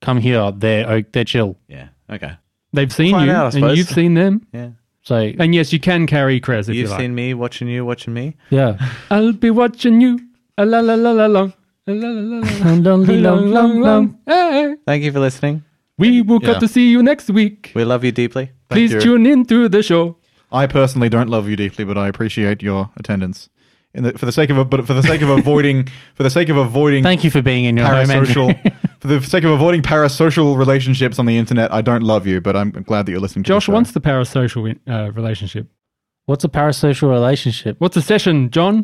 A: come here. They're oh, they're chill."
D: yeah. Okay.
C: They've seen
D: Find
C: you,
D: out, I
C: and
D: suppose.
C: you've seen them.
D: Yeah.
A: So
C: And yes, you can carry Krez if you
D: You've
C: like.
D: seen me watching you, watching me.
A: yeah,
C: I'll be watching you. A la la la la long. A la la la la
A: Dun, dun, dun, dun,
C: long,
A: dun,
C: long,
A: dun.
C: long. Hey.
D: Thank you for listening.
C: We will got to see you next week.
D: We love you deeply.
C: Please
B: you.
C: tune in to the show.
B: I personally don't love you deeply, but I appreciate your attendance. in the, for the sake of but for the sake of avoiding for the sake of avoiding
A: Thank you for being in your home. Andrew.
B: parasocial for the sake of avoiding parasocial relationships on the internet. I don't love you, but I'm glad that you're listening. to the
C: Josh
B: show.
C: wants the parasocial uh, relationship.
A: What's a parasocial relationship?
C: What's a session, John?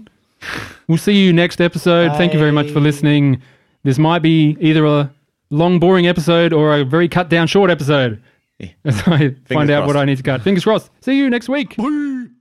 C: We'll see you next episode. Thank you very much for listening. This might be either a long, boring episode or a very cut down, short episode. As I find out what
D: crossed.
C: I need to cut. Fingers crossed. See you next week.
B: Bye.